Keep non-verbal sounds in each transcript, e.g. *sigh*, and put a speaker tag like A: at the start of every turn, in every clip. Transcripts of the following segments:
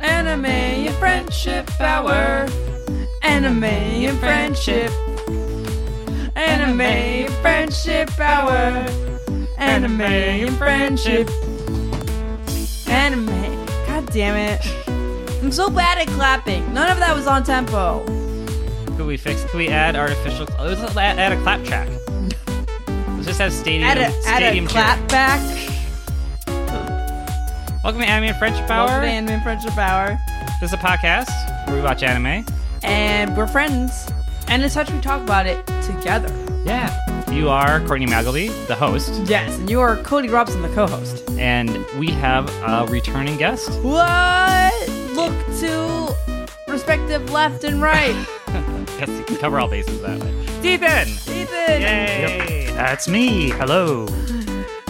A: Anime and Friendship Hour. Anime and Friendship. Anime and Friendship Hour. Anime and Friendship. Anime. God damn it. I'm so bad at clapping. None of that was on tempo.
B: Could we fix? Could we add artificial? oh, Let's just add, add a clap track. Let's just have stadium.
A: Add a, add
B: stadium
A: a
B: cheer.
A: clap back.
B: Welcome to Anime and Friendship
A: Welcome
B: Hour.
A: to Anime and Friendship Hour.
B: This is a podcast where we watch anime.
A: And we're friends. And it's such we talk about it together.
B: Yeah. You are Courtney Magaldi, the host,
A: Yes, and you are Cody Robson, the co-host.
B: and we have a returning guest.
A: What? Look to respective left and right.
B: Guess you can cover all bases that way. Steven!
A: Ethan,
B: Yay!
C: That's me. Hello.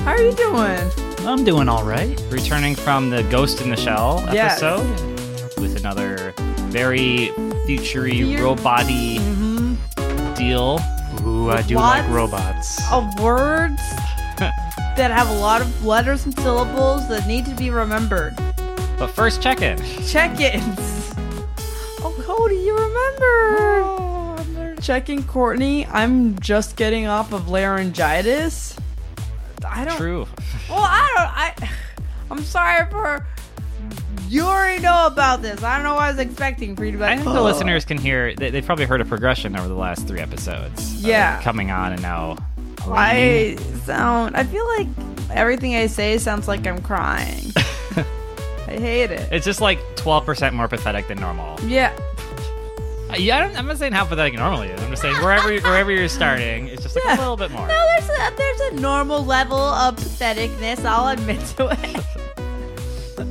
A: how are you doing?
C: I'm doing all right.
B: Returning from the Ghost in the Shell
A: Yes.
B: episode with another very futury
A: Fear-
B: robot
A: Mm-hmm.
B: deal. Oh.
C: Ooh, I do
A: Lots
C: like robots.
A: Of words that have a lot of letters and syllables that need to be remembered.
B: But first, check in.
A: Check-ins. Oh, Cody, you remember? Checking Courtney. I'm just getting off of laryngitis. I don't.
B: True.
A: Well, I don't. I, *sighs* I'm sorry for. You already know about this. I don't know what I was expecting for you to be like.
B: I think the
C: Oh.
A: "Ugh."
B: listeners can hear, they, they've probably heard a progression over the last three episodes. of
A: Yeah.
B: Coming on and now.
A: I sound. I feel like everything I say sounds like I'm crying. I hate it.
B: *laughs* *laughs* It's just like 12% more pathetic than normal.
A: Yeah.
B: Yeah, I don't, I'm not saying how pathetic it normally is. I'm just saying wherever you- wherever you're starting, it's just like
A: Yeah.
B: a little bit more.
A: No, there's a there's a normal level of patheticness. I'll admit to it. *laughs*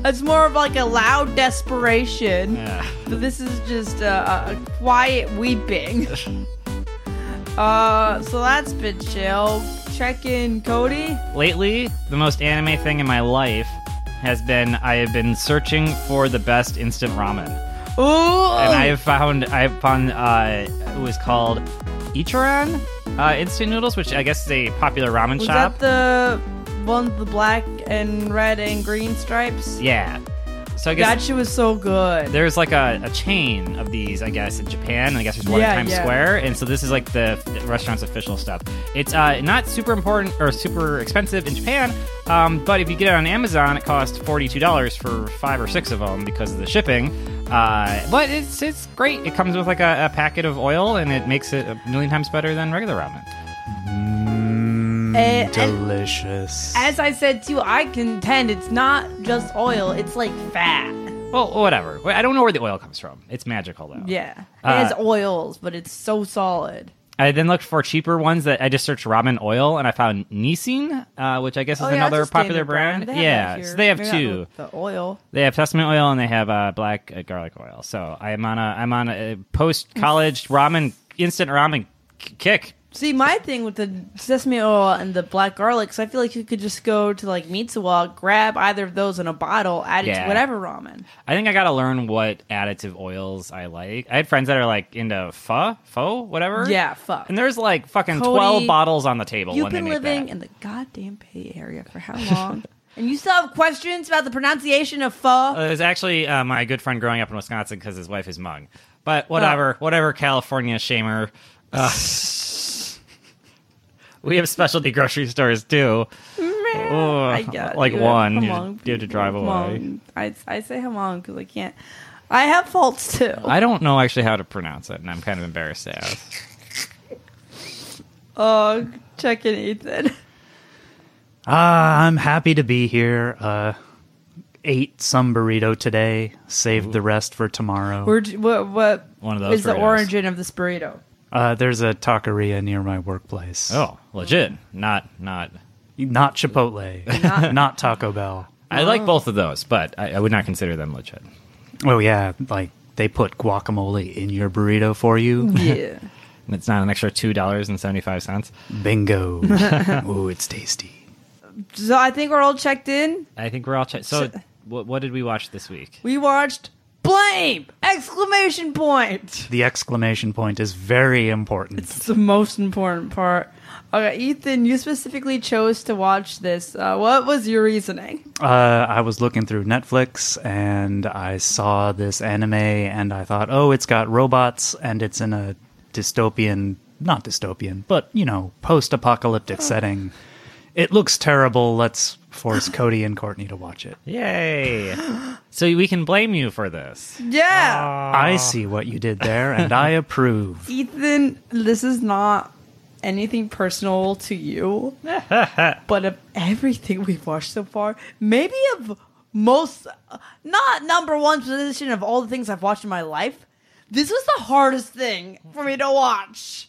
A: It's more of like a loud desperation.
B: Yeah.
A: But this is just a, a quiet weeping. *laughs* uh, so that's been chill. Check in, Cody.
B: Lately, the most anime thing in my life has been I have been searching for the best instant ramen,
A: Ooh, Oh.
B: and I have found I have found uh, it was called Ichiran uh, instant noodles, which I guess is a popular ramen
A: was
B: shop.
A: that the one with the black and red and green stripes?
B: yeah, so I guess
A: That shit was so good.
B: there's like a, a chain of these, I guess, in Japan. And I guess there's one
A: Yeah,
B: in Times
A: yeah.
B: Square, and so this is like the, the restaurant's official stuff. It's uh, not super important or super expensive in Japan, um, but if you get it on Amazon, it costs forty two dollars for five or six of them because of the shipping. Uh, but it's it's great. It comes with like a, a packet of oil, and it makes it a million times better than regular ramen.
C: Mm,
A: Eh, and-
C: delicious.
A: As I said too, I contend it's not just oil; it's like fat.
B: Well, whatever. I don't know where the oil comes from. It's magical though.
A: Yeah, it
B: Uh,
A: has oils, but it's so solid.
B: I then looked for cheaper ones that I just searched ramen oil and I found Nissin, uh, which I guess is
A: Oh, yeah, that's
B: another
A: a standard
B: popular brand.
A: They have
B: Yeah,
A: that here.
B: so they have
A: Maybe not
B: two.
A: with The oil.
B: They have sesame oil and they have uh, black uh, garlic oil. So I am on a I'm on a
A: *laughs*
B: post college ramen instant ramen k- kick.
A: See, my thing with the sesame oil and the black garlic, so I feel like you could just go to like Mitsuwa, grab either of those in a bottle, add it to
B: Yeah.
A: whatever ramen.
B: I think I gotta learn what additive oils I like. I had friends that are like into pho, pho, whatever.
A: Yeah, fuck.
B: And there's like fucking
A: Cody,
B: twelve bottles on the table.
A: You've
B: when they
A: been
B: make
A: living
B: that.
A: in the goddamn Bay Area for how long? *laughs* and you still have questions about the pronunciation of pho?
B: Uh, it was actually uh, my good friend growing up in Wisconsin because his wife is Hmong. But whatever, whatever, California shamer. Uh, we have specialty grocery stores too. Oh,
A: I get
B: like
A: you.
B: one. You
A: Hmong
B: had to drive
A: people,
B: away.
A: Hmong. I, I say Hmong because I can't. I have faults too.
B: I don't know actually how to pronounce it, and I'm kind of embarrassed to ask.
A: Oh, check in, Ethan.
C: Ah, I'm happy to be here. Uh, ate some burrito today, saved the rest for tomorrow.
A: Where, d- what, what
B: One of those
A: is the
B: burritos.
A: origin of this
B: *laughs*
A: burrito?
C: Uh, there's a taqueria near my workplace.
B: Oh, legit. Not not.
C: Not Chipotle,
A: Not-
C: *laughs* not, Taco Bell.
B: I like both of those, but I, I would not consider them legit.
C: Oh, yeah, like they put guacamole in your burrito for you.
A: Yeah.
B: And It's not an extra two dollars and seventy five cents.
C: Bingo. Ooh, it's tasty.
A: so I think we're all checked in.
B: I think we're all. Ch- so,
A: So-
B: what, what did we watch this week?
A: We watched Blank name! Exclamation point!
C: The exclamation point is very important.
A: *laughs* It's the most important part. Okay, Ethan, you specifically chose to watch this. Uh, what was your reasoning?
C: Uh, I was looking through Netflix and I saw this anime and I thought, oh, it's got robots and it's in a dystopian, not dystopian, but, you know, post apocalyptic setting. It looks terrible. Let's force Cody and Courtney to watch it.
B: Yay! *gasps* so we can blame you for this.
A: Yeah!
C: I see what you did there and I approve.
A: Ethan, this is not anything personal to you, but of everything we've watched so far, maybe of most, not number one position of all the things I've watched in my life, this was the hardest thing for me to watch.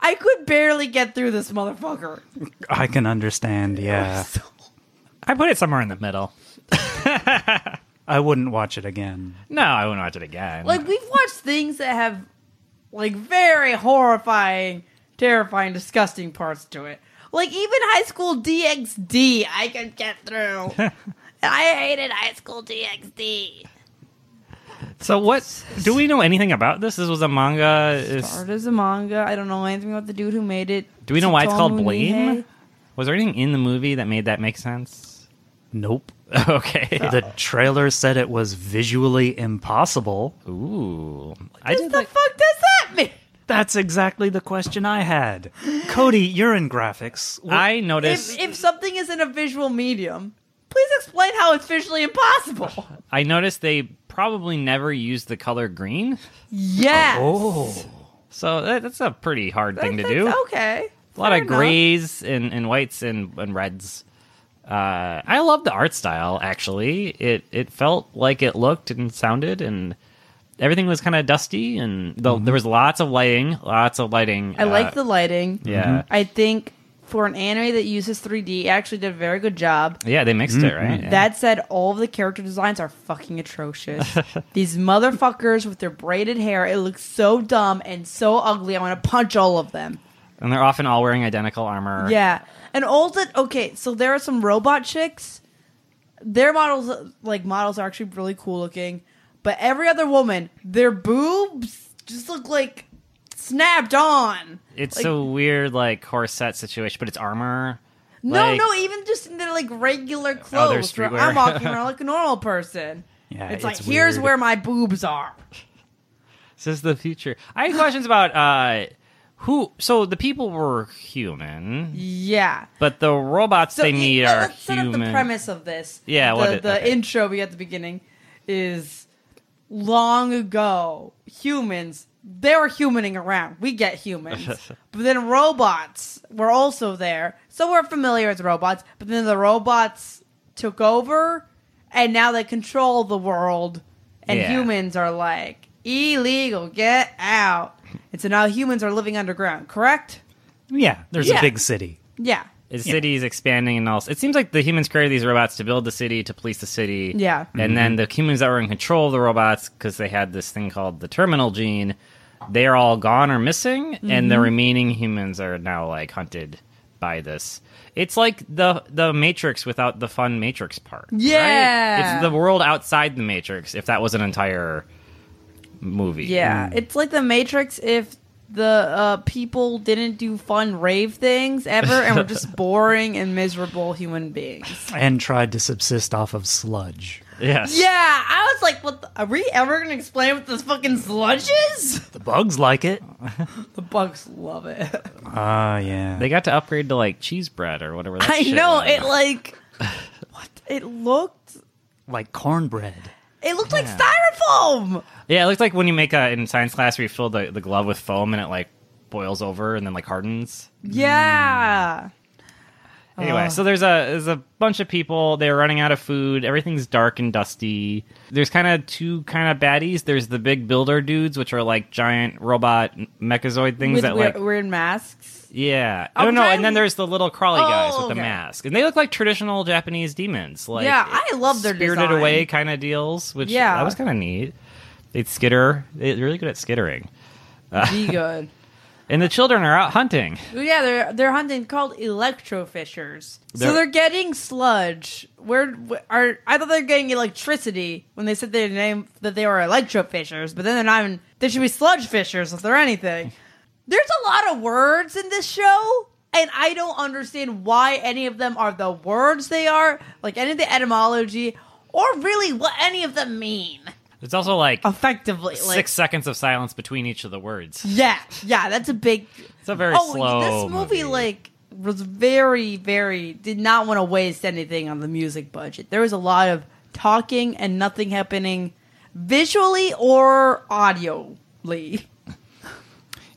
A: I could barely get through this motherfucker.
C: I can
A: *laughs*
C: understand, yeah.
B: I put it somewhere in the middle.
C: I wouldn't watch it again.
B: No, I wouldn't watch it again.
A: Like we've watched things that have like very horrifying, terrifying, disgusting parts to it. Like even high school DxD, I could get *laughs* through. And I hated high school DxD.
B: so what? Do we know anything about this? This was a manga. Is,
A: Art is a manga. I don't know anything about the dude who made it.
B: do we know why it's called
A: Tsutomu
B: Blame?
A: Nihei.
B: Was there anything in the movie that made that make sense? *laughs*
C: Nope.
B: Okay.
C: The trailer said it was visually impossible.
B: Ooh. I
A: What
B: did
A: the
B: like-
A: fuck does that mean?
C: That's exactly the question I had. Cody, you're in graphics. What-
B: I noticed.
A: If, if something is in a visual medium, please explain how it's visually impossible.
B: I noticed they probably never used the color green.
A: *laughs* Yes.
C: oh,
B: So that, that's a pretty hard thing to
A: That's-
B: do.
A: that's Okay.
B: A lot
A: Fair
B: of
A: enough.
B: grays and, and whites and, and reds. Uh, I love the art style. Actually, it it felt like it looked and sounded, and everything was kind of dusty. And the, there was lots of lighting, lots of lighting.
A: I
B: uh,
A: like the lighting.
B: yeah
A: I think for an anime that uses 3D, it actually did a very good job.
B: yeah they mixed it right. Yeah.
A: That said, all of the character designs are fucking atrocious. These motherfuckers with their braided hair, it looks so dumb and so ugly. I want to punch all of them.
B: and they're often all wearing identical armor.
A: Yeah. And all that okay, so there are some robot chicks. Their models like models are actually really cool looking. But every other woman, their boobs just look like snapped on.
B: it's
A: Like-
B: so weird, like corset situation, but it's armor.
A: No,
B: Like,
A: no, even just in their like regular
B: Oh, their
A: clothes where
B: streetwear.
A: I'm walking around like a normal person.
C: Yeah,
A: it's,
C: it's
A: like here's
C: weird.
A: where my boobs are.
B: This is the future. I had questions about uh, who. So the people were human,
A: Yeah.
B: but the robots
A: So
B: they
A: it-
B: meet
A: let-
B: are
A: let's set
B: human.
A: up the premise of this.
B: Yeah,
A: the,
B: what it-
A: the
B: okay.
A: intro we had at the beginning is long ago humans they were humaning around. We get humans,
B: *laughs*
A: but then robots were also there, so we're familiar with robots. But then the robots took over, and now they control the world, and
B: Yeah.
A: humans are like illegal. Get out. And so now humans are living underground. Correct?
C: yeah. There's
A: Yeah.
C: a big city.
A: Yeah.
B: The city's expanding and all. It seems like the humans created these robots to build the city, to police the city.
A: Yeah.
B: And then the humans that were in control of the robots, because they had this thing called the terminal gene, they are all gone or missing, and
A: Mm-hmm.
B: the remaining humans are now like hunted by this. It's like the the Matrix without the fun Matrix part. right?
A: Yeah.
B: It's the world outside the Matrix. If that was an entire movie.
A: Yeah, it's like the Matrix if the uh, people didn't do fun rave things ever and were
B: *laughs*
A: just boring and miserable human beings.
C: And tried to subsist off of sludge.
B: Yes.
A: Yeah, I was like, what? The, are we ever gonna explain what this fucking sludge is?
C: The bugs like it.
A: The bugs love
B: *laughs*
A: it.
C: Ah, yeah.
B: They got to upgrade to like cheese bread or whatever. That
A: I
B: shit
A: know
B: was.
A: it. Like,
B: *laughs*
A: what? It looked.
C: like cornbread.
A: It looked like styrofoam.
B: Yeah, it looks like when you make a in science class where you fill the, the glove with foam and it like boils over and then like hardens. Mm.
A: Yeah.
B: Anyway, so there's a there's a bunch of people. They're running out of food. Everything's dark and dusty. There's kind of two kind of baddies. There's the big builder dudes, which are like giant robot mechazoid things
A: With
B: that
A: weird,
B: like
A: weird
B: *laughs*
A: masks.
B: yeah.
A: I'm
B: Oh no,
A: trying-
B: and then there's the little crawly
A: Oh,
B: guys with the
A: okay.
B: mask, and they look like traditional Japanese demons. Like
A: Yeah, I love their
B: spirited
A: design.
B: away kind of deals, which
A: Yeah.
B: that was kind of neat. They'd skitter. They're really good at skittering.
A: Be good.
B: And the children are out hunting.
A: Yeah, they're they're hunting called electrofishers.
B: They're-
A: so they're getting sludge. Where wh- are I thought they were getting electricity when they said their name that they were electrofishers, but then they're not even. They should be sludge fishers if they're anything. There's a lot of words in this show, and I don't understand why any of them are the words they are, like any of the etymology, or really what any of them mean
B: It's also like
A: effectively. Oh, Like,
B: six seconds of silence between each of the words.
A: yeah, yeah, that's a big.
B: It's a very
A: oh,
B: slow.
A: this movie, like was very, very did not want to waste anything on the music budget. There was a lot of talking and nothing happening visually or audioly.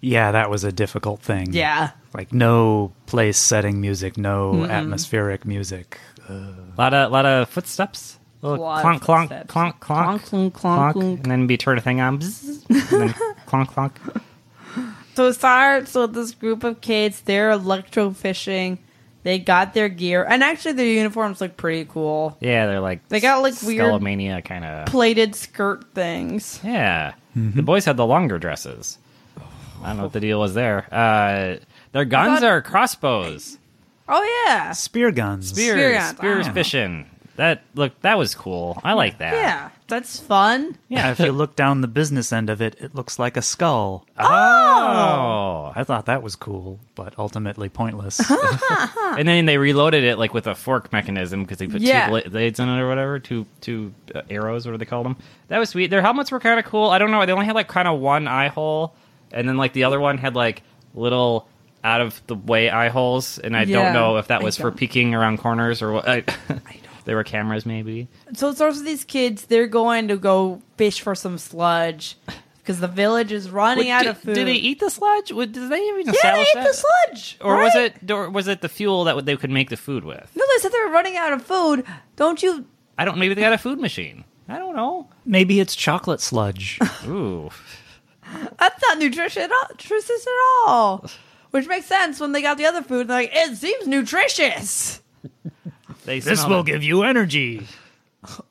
C: Yeah, that was a difficult thing.
A: Yeah.
C: Like no place setting music, no atmospheric music.
B: lot of lot of footsteps. Little
A: Lot of
B: clonk, clonk,
A: footsteps.
B: clonk, clonk,
A: Clonk, clonk, clonk, clonk.
B: and then be turn a thing on, bzzz,
A: *laughs*
B: and then clonk, clonk.
A: So it starts with this group of kids. They're electro fishing. They got their gear, and actually their uniforms look pretty cool.
B: Yeah, they're like
A: They got, like, weird-
B: Skelomania kind of.
A: Plated skirt things.
B: Yeah, the boys had the longer dresses. I don't know what the deal was there. Uh, their guns
A: thought-
B: are crossbows.
A: Oh yeah,
C: Spear guns.
B: Spears,
A: Spear guns.
B: spears
A: Ah.
B: fishing. That look, that was cool. I like that.
A: yeah, that's fun.
C: Yeah, if
A: *laughs*
C: you look down the business end of it, it looks like a skull.
B: Oh.
C: I thought that was cool, but ultimately pointless.
A: *laughs*
B: And then they reloaded it like with a fork mechanism because they put
A: Yeah.
B: two bla- blades in it or whatever, two two uh, arrows, whatever they called them. That was sweet. Their helmets were kind of cool. I don't know. They only had like kind of one eye hole, and then like the other one had like little out of the way eye holes, and I
A: Yeah.
B: don't know if that
A: I
B: was for
A: don't-
B: peeking around corners or what. I, *laughs* there were cameras maybe.
A: So it starts with these kids. They're going to go fish for some sludge because the village is running
B: Wait,
A: out
B: did,
A: of food.
B: did they eat the sludge? What- Did they even
A: Yeah, they
B: establish
A: ate
B: that?
A: the sludge.
B: or was
A: right?
B: it or was it the fuel that they could make the food with?
A: No, they said they were running out of food. Don't you?
B: I don't. Maybe they got a food machine. I don't know.
C: *laughs* Maybe it's chocolate sludge.
B: Ooh.
A: That's not nutritious at all. Nutritious at all. Which makes sense when they got the other food. They're like, it seems nutritious.
B: They
C: *laughs* this
B: smell
C: will
B: it.
C: give you energy.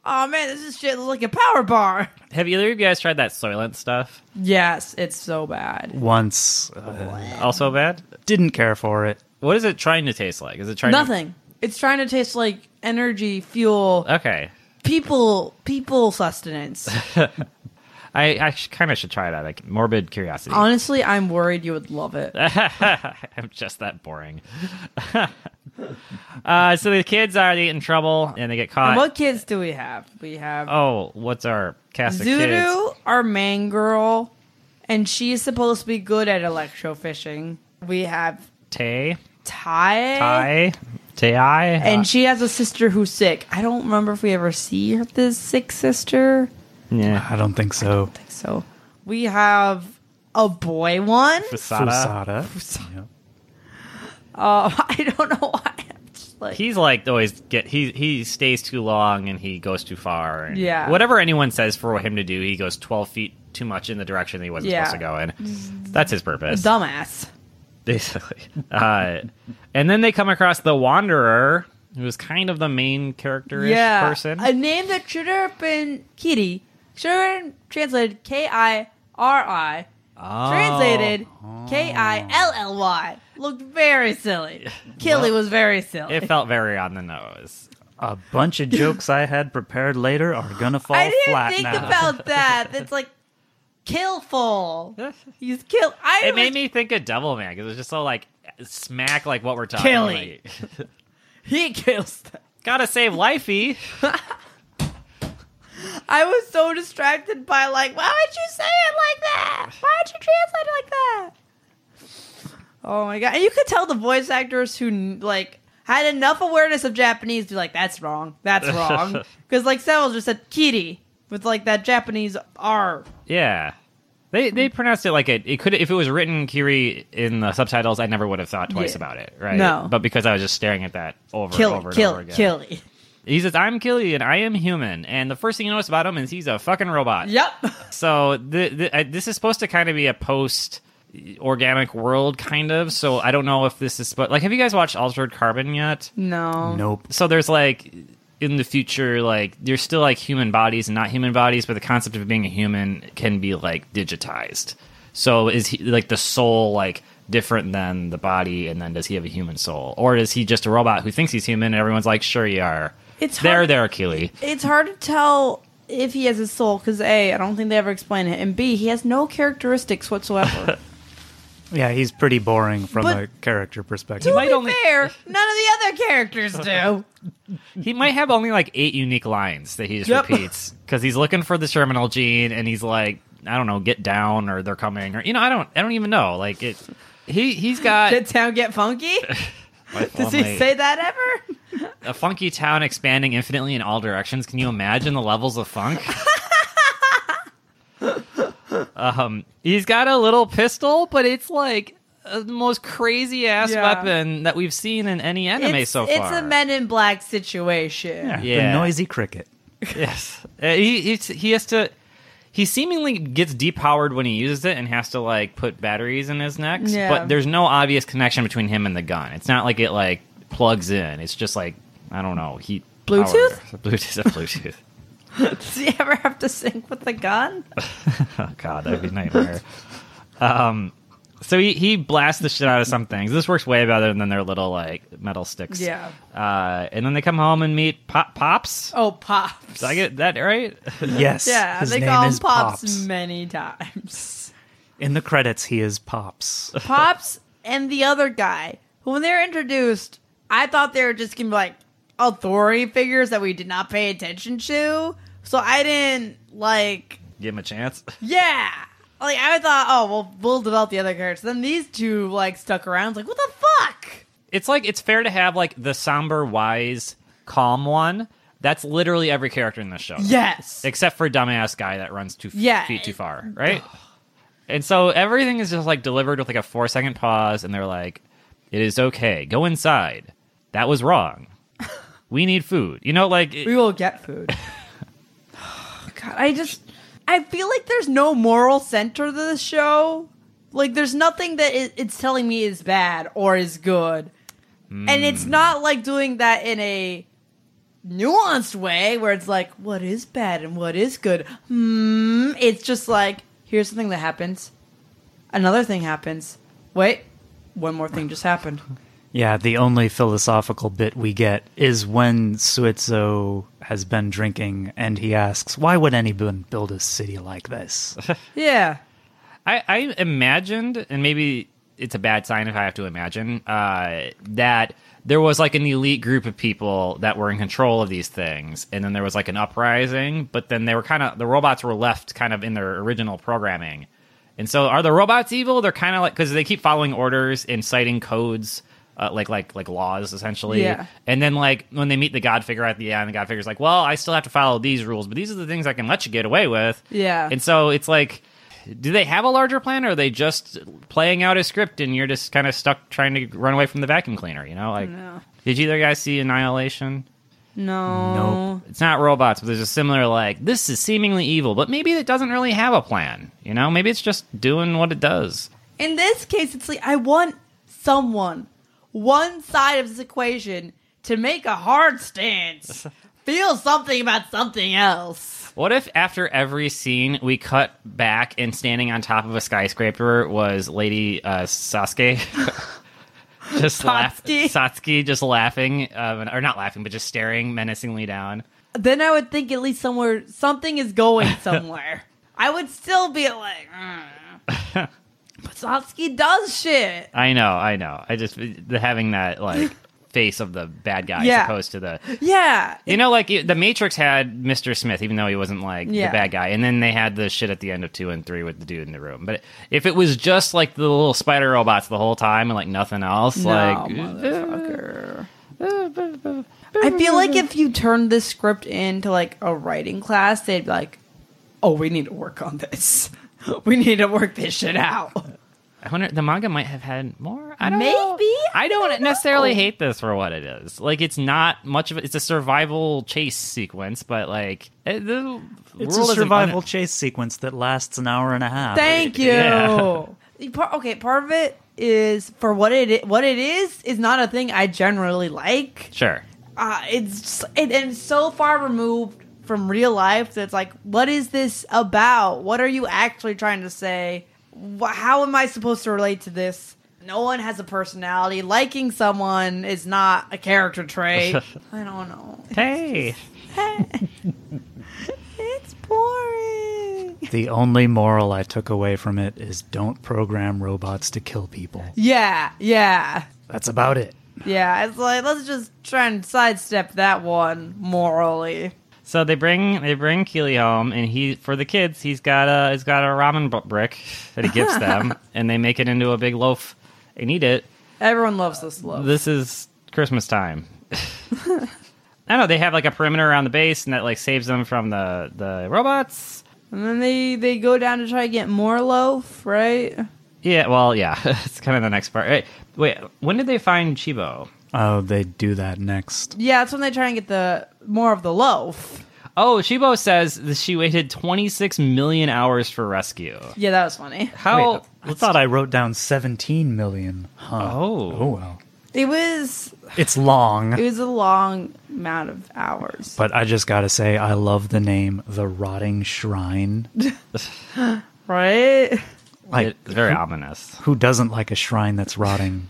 A: Oh man, this is shit like a power bar.
B: Have either of you guys tried that Soylent stuff?
A: Yes, it's so bad.
C: Once. Uh,
B: Also bad.
C: didn't care for it.
B: What is it trying to taste like? Is it trying
A: Nothing. It's trying to taste like energy, fuel,
B: To... Okay,
A: people, people
B: *laughs*
A: sustenance.
B: I I sh- kind of should try that. Like morbid curiosity.
A: Honestly, I'm worried you would love it.
B: *laughs* I'm just that boring. *laughs* uh, so the kids are they get in trouble and they get caught.
A: And what kids do we have? We have
B: Oh, what's our cast of kids?
A: Zudu, our main girl, and she's supposed to be good at electrofishing. We have
B: Tay,
A: Tai,
B: Tai, Tay, uh,
A: and she has a sister who's sick. I don't remember if we ever see her, this sick sister.
B: yeah,
C: I don't think so.
A: So we have a boy one.
B: Fusada.
C: Fusada. Yeah.
A: *laughs* Uh, I don't know why. I'm just like,
B: He's like always get he he stays too long and he goes too far. And
A: Yeah.
B: Whatever anyone says for him to do, he goes twelve feet too much in the direction that he wasn't
A: Yeah.
B: supposed to go in. That's his purpose,
A: dumbass.
B: *laughs* basically. Uh, and then they come across the Wanderer, who is kind of the main character-ish
A: Yeah,
B: person.
A: a name that should have been Kitty. Should have been translated K I R I. translated K I L L Y. Looked very silly. Killy was very silly.
B: Oh. It felt very on the nose.
C: A bunch of jokes I had prepared later are gonna fall
A: I didn't
C: flat
A: think
C: now.
A: about that. It's like killful. He's kill. I
B: It made
A: was-
B: me *laughs* think of Devil Man because it was just so like smack like what we're talking.
A: Killy.
B: about. *laughs*
A: he kills. Them.
B: Gotta save Lifey.
A: I was so distracted by like, why would you say it like that? Why would you translate it like that? Oh my god! And you could tell the voice actors who like had enough awareness of Japanese to be like, that's wrong, that's
B: *laughs*
A: wrong, *laughs* because like Sewell just said kitty with like that Japanese R.
B: Yeah. They
A: Hmm.
B: they pronounced it like it, it could if it was written Kiri in the subtitles I never would have thought twice
A: Yeah.
B: about it right
A: No.
B: but because I was just staring at that over and over
A: Killy,
B: and
A: killy,
B: over again
A: killy.
B: he says I'm Killy and I am human and the first thing you notice about him is he's a fucking robot
A: Yep.
B: so the, the, I, this is supposed to kind of be a post organic world kind of so I don't know if this is but like have you guys watched Altered Carbon yet
A: *laughs* No.
C: Nope.
B: so there's like in the future like there's still like human bodies and not human bodies but the concept of being a human can be like digitized so is he, like the soul like different than the body? And then does he have a human soul, or is he just a robot who thinks he's human? And everyone's like, "Sure, you are."
A: It's
B: there,
A: hard-
B: there, Keely.
A: It's hard to tell if he has a soul because a, I don't think they ever explain it, and b, he has no characteristics
B: *laughs*
A: whatsoever.
C: Yeah, he's pretty boring from
A: But-
C: a character perspective.
A: to
B: might
A: be
B: only-
A: fair, none of the other characters do.
B: He might have only like eight unique lines that he just
A: Yep.
B: repeats because he's looking for the terminal gene, and he's like, I don't know, get down, or they're coming, or you know, I don't, I don't even know. Like it, he he's got
A: Did town get funky?
B: like,
A: Does
B: only
A: he say that ever?
B: a funky town expanding infinitely in all directions. Can you imagine the levels of
A: *laughs*
B: funk? um, he's got a little pistol, but it's like. uh, The most crazy ass
A: Yeah.
B: weapon that we've seen in any anime
A: it's,
B: so far.
A: it's a Men in Black situation.
C: Yeah,
B: Yeah.
C: The noisy cricket.
B: Yes, Uh, he he's, he has to. He seemingly gets depowered when he uses it and has to like put batteries in his necks.
A: Yeah.
B: But there's no obvious connection between him and the gun. It's not like it like plugs in. It's just like I don't know. He
A: Bluetooth?
B: Bluetooth. *laughs*
A: *laughs*
B: Bluetooth.
A: Does he ever have to sync with the gun?
B: oh god, that'd be a nightmare. um, so he he blasts the shit out of some things. This works way better than their little like metal sticks.
A: Yeah.
B: Uh, and then they come home and meet Pop Pops.
A: Oh, pops!
B: Did I get that right? *laughs*
C: Yes.
A: yeah,
C: his
A: they
C: name
A: call him
C: is
A: pops,
C: Pops.
A: many times. *laughs*
C: In the credits, he is Pops.
A: Pops and the other guy, who when they were introduced, I thought they were just gonna be like authority figures that we did not pay attention to. So I didn't like,
B: Give him a chance.
A: yeah. Like I thought, oh well, we'll develop the other characters. Then these two like stuck around. Like what the fuck?
B: it's like it's fair to have like the somber, wise, calm one. That's literally every character in this show,
A: Yes.
B: except for dumbass guy that runs two f-
A: Yeah.
B: feet too far, right? and so everything is just like delivered with like a four second pause, and they're like, "It is okay. Go inside. That
A: *laughs*
B: was wrong. we need food. You know, like it-
A: We will get food. *sighs* God, I just I feel like there's no moral center to the show. Like there's nothing that it, it's telling me is bad or is good. And it's not like doing that in a nuanced way where it's like what is bad and what is good. Hmm, it's just like here's the thing that happens. Another thing happens. Wait, one more thing just happened.
C: Yeah, the only philosophical bit we get is when Suizo has been drinking and he asks, Why would anyone build a city like this?
A: Yeah.
B: I, I imagined, and maybe it's a bad sign if I have to imagine, uh, that there was like an elite group of people that were in control of these things, and then there was like an uprising, but then they were kind of, the robots were left kind of in their original programming. And so are the robots evil? They're kind of like, because they keep following orders and citing codes. Uh, like like like laws essentially,
A: Yeah.
B: and then like when they meet the God figure at the end, the God figure's like, "Well, I still have to follow these rules, but these are the things I can let you get away with."
A: Yeah.
B: And so it's like, do they have a larger plan, or are they just playing out a script, and you're just kind of stuck trying to run away from the vacuum cleaner? You know, like,
A: No.
B: did either guys see Annihilation?
A: No.
C: Nope.
B: It's not robots, but there's a similar like, this is seemingly evil, but maybe it doesn't really have a plan. You know, maybe it's just doing what it does.
A: In this case, it's like I want someone, one side of this equation, to make a hard stance, feel something about something else.
B: What if after every scene we cut back and standing on top of a skyscraper was Lady uh, Sasuke? *laughs* just laugh-
A: Satsuki.
B: Satsuki just laughing, um, or not laughing, but just staring menacingly down.
A: Then I would think at least somewhere something is going somewhere. I would still be like, "Mm." but Satsuki does shit.
B: I know, I know. I just the, having that like face of the bad guy
A: Yeah.
B: as opposed to the
A: Yeah,
B: you know like it- the Matrix had Mr. Smith even though he wasn't like
A: Yeah.
B: the bad guy, and then they had the shit at the end of two and three with the dude in the room. But if it was just like the little spider robots the whole time and like nothing else, like
A: motherfucker. I feel like if you turned this script into like a writing class, they'd be like, "Oh, we need to work on this. *laughs* We need to work this shit out."
B: I wonder the manga might have had more. I don't
A: Maybe.
B: know. I
A: I don't
B: don't
A: know.
B: necessarily hate this for what it is. Like it's not much of it. It's a survival chase sequence, but like it, the
C: It's a
B: world isn't
C: survival
B: under-
C: chase sequence that lasts an hour and a half.
A: Thank you.
B: Yeah.
A: Par- okay, part of it is for what it i- what it is is not a thing I generally like.
B: Sure.
A: Uh, it's it, and it's so far removed from real life that it's like, what is this about? What are you actually trying to say? Wh- how am I supposed to relate to this? no one has a personality. Liking someone is not a character trait. I don't know.
B: Hey,
A: It's boring.
C: The only moral I took away from it is don't program robots to kill people.
A: Yeah, yeah,
C: That's about it.
A: yeah. It's like let's just try and sidestep that one morally.
B: so they bring they bring Keely home, and he for the kids he's got a he's got a ramen bu- brick that he gives them, and they make it into a big loaf and eat it.
A: Everyone loves this loaf.
B: This is Christmas time. I don't know. They have like a perimeter around the base, and that like saves them from the the robots.
A: and then they they go down to try to get more loaf, right?
B: Yeah, well, yeah, *laughs* it's kind of the next part. Wait, wait, when did they find Chibo?
C: Oh, they do that next.
A: Yeah, that's when they try and get the more of the loaf.
B: Oh, Chibo says that she waited 26 million hours for rescue.
A: Yeah, that was funny.
B: How?
C: Wait, I thought I wrote down 17 million. Huh.
B: Oh.
C: Oh, well.
A: It was
C: It's long.
A: it was a long amount of hours.
C: But I just gotta say, I love the name The Rotting Shrine.
A: Right?
C: Like,
B: it's very ominous.
C: who doesn't like a shrine that's rotting?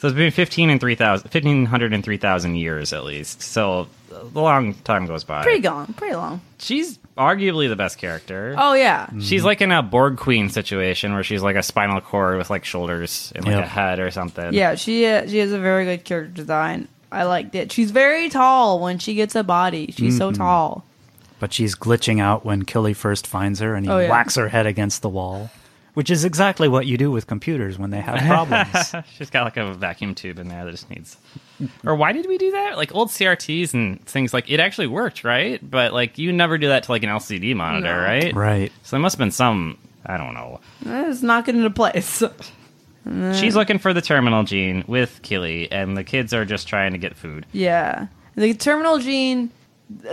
B: So it's been 15 and 3,000, 1,500 and 3,000 years at least. So a long time goes by.
A: Pretty long, pretty long.
B: She's arguably the best character.
A: Oh yeah.
B: She's like in a Borg Queen situation where she's like a spinal cord with like shoulders and like
C: Yep.
B: a head or something.
A: Yeah, she uh, she has a very good character design. I liked it. She's very tall when she gets a body. She's so
B: Mm-hmm.
A: tall.
C: But she's glitching out when Killy first finds her and he
A: Oh, yeah.
C: whacks her head against the wall, which is exactly what you do with computers when
A: *laughs*
C: they have problems.
B: She's got like a vacuum tube in there that just needs. or why did we do that? Like old CRTs and things like it actually worked, right? But like you never do that to like an LCD monitor,
A: No.
B: right?
C: right.
B: So there must have been some. I don't know.
A: It's knocking into place. *laughs* Uh.
B: She's looking for the terminal gene with Killy, and the kids are just trying to get food.
A: yeah. The terminal gene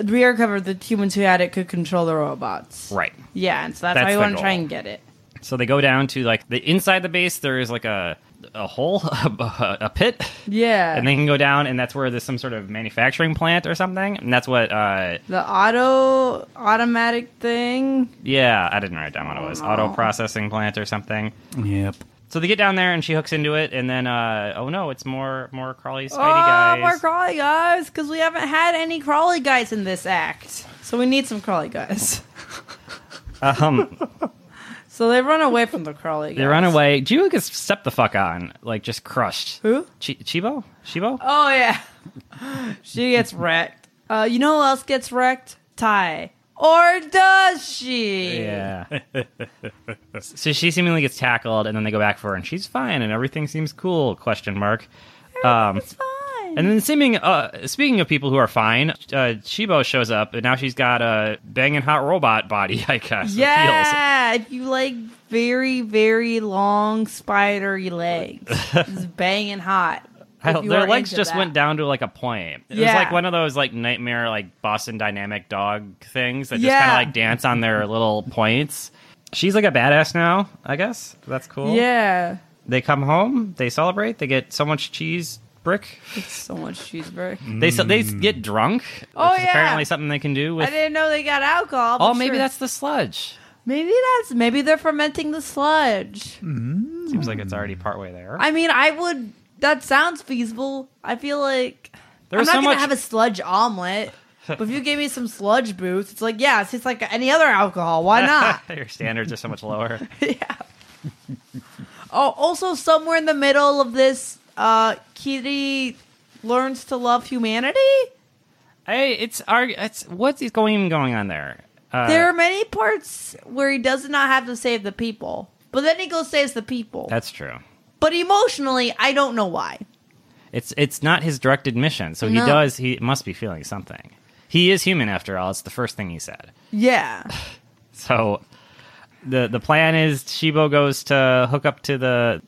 A: we are covered the humans who had it could control the robots.
B: Right.
A: Yeah, and so that's,
B: That's
A: why we
B: the
A: want to try
B: goal.
A: and get it.
B: So they go down to like the inside the base. There is like a a hole, *laughs* a, a pit,
A: Yeah.
B: and they can go down, and that's where there's some sort of manufacturing plant or something. And that's what. uh
A: the auto automatic thing.
B: Yeah, I didn't write down what it was.
A: Oh.
B: Auto processing plant or something.
C: Yep.
B: So they get down there and she hooks into it, and then uh, oh no, it's more more Crawley Spidey
A: Oh,
B: guys.
A: more crawly guys, because we haven't had any crawly guys in this act, so we need some crawly guys.
B: *laughs* um,
A: So they run away from the crawly guys.
B: they run away. Jiwa gets stepped the fuck on, like just crushed.
A: Who?
B: Chi Chibo? Shibo?
A: Oh yeah, she gets wrecked. Uh, you know who else gets wrecked? Ty. Or does she? *laughs*
B: Yeah. so she seemingly gets tackled, and then they go back for her, and she's fine, and everything seems cool? Question mark. Um,
A: It's fine.
B: and then seeming, uh, speaking of people who are fine, uh, Chibo shows up, and now she's got a banging hot robot body, *laughs* I guess. with heels.
A: yeah, if you like very very long spidery
B: *laughs*
A: legs, it's banging hot.
B: I
A: If
B: don't-
A: you
B: their
A: are
B: legs
A: into
B: just
A: that.
B: went down to like a point. It was
A: Yeah.
B: like one of those like nightmare like Boston Dynamic dog things that just
A: Yeah.
B: kind of like dance on their little points. She's like a badass now, I guess. That's cool.
A: Yeah.
B: They come home, they celebrate, they get so much cheese brick.
A: So much cheeseburger.
B: They so they get drunk.
A: Mm. Oh,
B: which is
A: yeah.
B: apparently something they can do
A: I
B: with.
A: didn't know they got alcohol.
B: Oh,
A: but
B: maybe
A: sure.
B: that's the sludge.
A: maybe that's maybe they're fermenting the sludge.
B: Hmm. Seems like it's already partway there. *laughs*
A: I mean, I would. That sounds feasible. I feel like
B: There
A: I'm
B: was
A: not
B: so
A: gonna
B: much-
A: have a sludge omelet. But if you gave me some sludge booth, it's like yeah, it's just like any other alcohol. Why
B: *laughs*
A: not?
B: Your standards are so much lower. *laughs*
A: yeah. Oh, also somewhere in the middle of this, uh, Kitty learns to love humanity.
B: hey, it's arg- it's what is going even going on there? Uh,
A: there are many parts where he does not have to save the people, but then he goes saves the people.
B: that's true.
A: But emotionally, I don't know why.
B: It's it's not his direct admission, so he
A: No.
B: does he must be feeling something. He is human after all. It's the first thing he said.
A: Yeah.
B: So the the plan is Shibo goes to hook up to the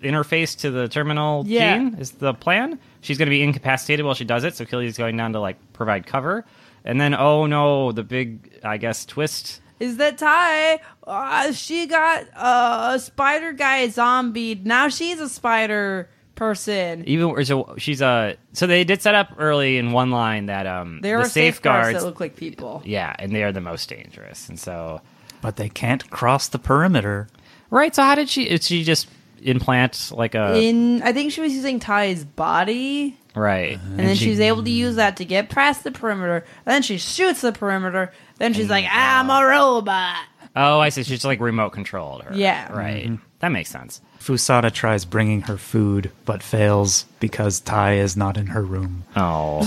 B: interface to the terminal
A: Yeah.
B: gene is the plan. She's going to be incapacitated while she does it, so Killy's going down to like provide cover. And then oh no, the big I guess twist.
A: *sighs* Is that Ty? Uh, she got uh, a spider guy zombie. Now she's a spider person.
B: Even so she's a so they did set up early in one line that um
A: There
B: the
A: are safeguards, that look like people.
B: yeah, and they are the most dangerous. And so
C: But they can't cross the perimeter.
B: Right. So how did she? Is she just implant like a
A: in I think she was using Ty's body,
B: right?
A: and, then she, was able to use that to get past the perimeter. Then she shoots the perimeter. Then she's like, "Ah, "I'm a robot."
B: Oh, I see. She's like remote controlled. Her.
A: Yeah.
B: Right. That makes sense.
C: Fusada tries bringing her food, but fails because Tai is not in her room.
B: Oh.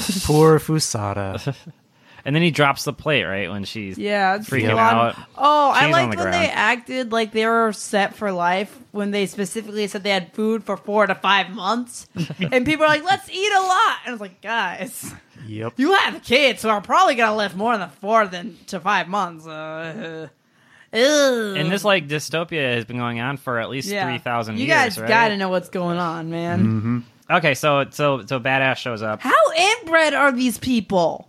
A: *laughs*
C: Poor Fusada.
B: *laughs* and then he drops the plate right when she's
A: Yeah, it's
B: freaking
A: a
B: out.
A: lot- Oh, I
B: Cheese on
A: liked
B: the
A: when
B: ground.
A: they acted like they were set for life when they specifically said they had food for four to five
B: *laughs*
A: months, and people are like, "Let's eat a lot," and I was like, "Guys,
C: Yep.
A: you have kids who are probably gonna live more than four than to five months." Uh, ew.
B: And this like dystopia has been going on for at least
A: Yeah.
B: three thousand
A: You
B: years.
A: guys
B: right? Mm.
A: gotta know what's going on, man.
B: Okay, so so so badass shows up.
A: How inbred are these people?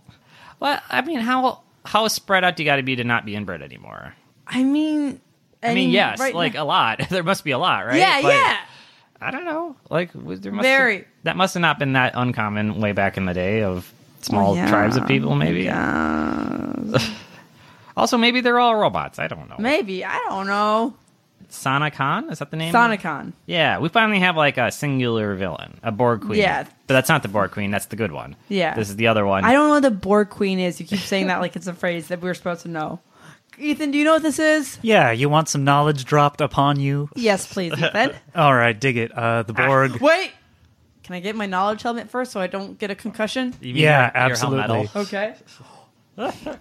B: Well, I mean, how how spread out do you got to be to not be inbred anymore?
A: I mean,
B: I mean, yes,
A: right
B: like
A: now-
B: a lot. *laughs* there must be a lot, right?
A: yeah,
B: Like,
A: yeah.
B: I don't know. Like was- there must
A: Very.
B: have- that must have not been that uncommon way back in the day of small
A: Yeah.
B: tribes of people, maybe. also, maybe they're all robots. I don't know.
A: Maybe I don't know.
B: Sana Khan is that the name?
A: Sonicon.
B: Yeah, we finally have like a singular villain, a Borg queen.
A: Yeah.
B: but that's not the Borg queen. That's the good one.
A: Yeah.
B: this is the other one.
A: I don't know what the Borg Queen is. You keep saying that like it's a phrase that we were supposed to know. Ethan, do you know what this is?
C: Yeah, you want some knowledge dropped upon you?
A: Yes, please,
B: *laughs*
A: Ethan.
C: All right, dig it. Uh, the Borg.
A: Wait. Can I get my knowledge helmet first so I don't get a concussion?
B: You mean
C: Yeah,
B: your- your hell metal?
C: absolutely.
B: *laughs*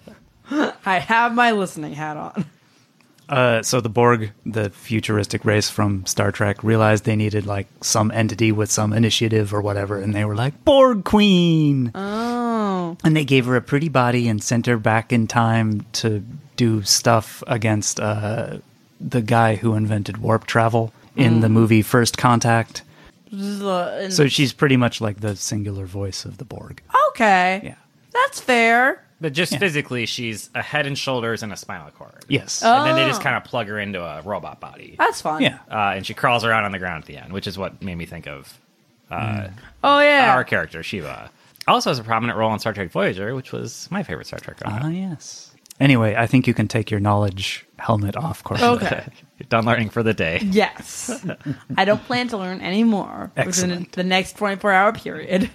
A: Okay. I have my listening hat on.
C: Uh, so the Borg, the futuristic race from Star Trek, realized they needed like some entity with some initiative or whatever, and they were like Borg Queen,
A: Oh.
C: and they gave her a pretty body and sent her back in time to do stuff against uh, the guy who invented warp travel in
A: Mm.
C: the movie First Contact. So she's pretty much like the singular voice of the Borg.
A: okay.
C: Yeah.
A: That's fair.
B: But just
C: Yeah.
B: physically, she's a head and shoulders and a spinal cord.
C: Yes.
A: Oh.
B: And then they just kind of plug her into a robot body.
A: That's fun.
C: Yeah.
B: Uh, and she crawls around on the ground at the end, which is what made me think of uh,
A: Oh, yeah.
B: our character, Shiva. Also has a prominent role in Star Trek Voyager, which was my favorite Star Trek.
C: Ah,
B: drama.
C: yes. Anyway, I think you can take your knowledge helmet off,
B: *laughs*
C: Courtney.
A: Okay.
B: You're done learning for the day.
A: Yes. I don't plan to learn any more within
C: Excellent.
A: the next 24 hour period.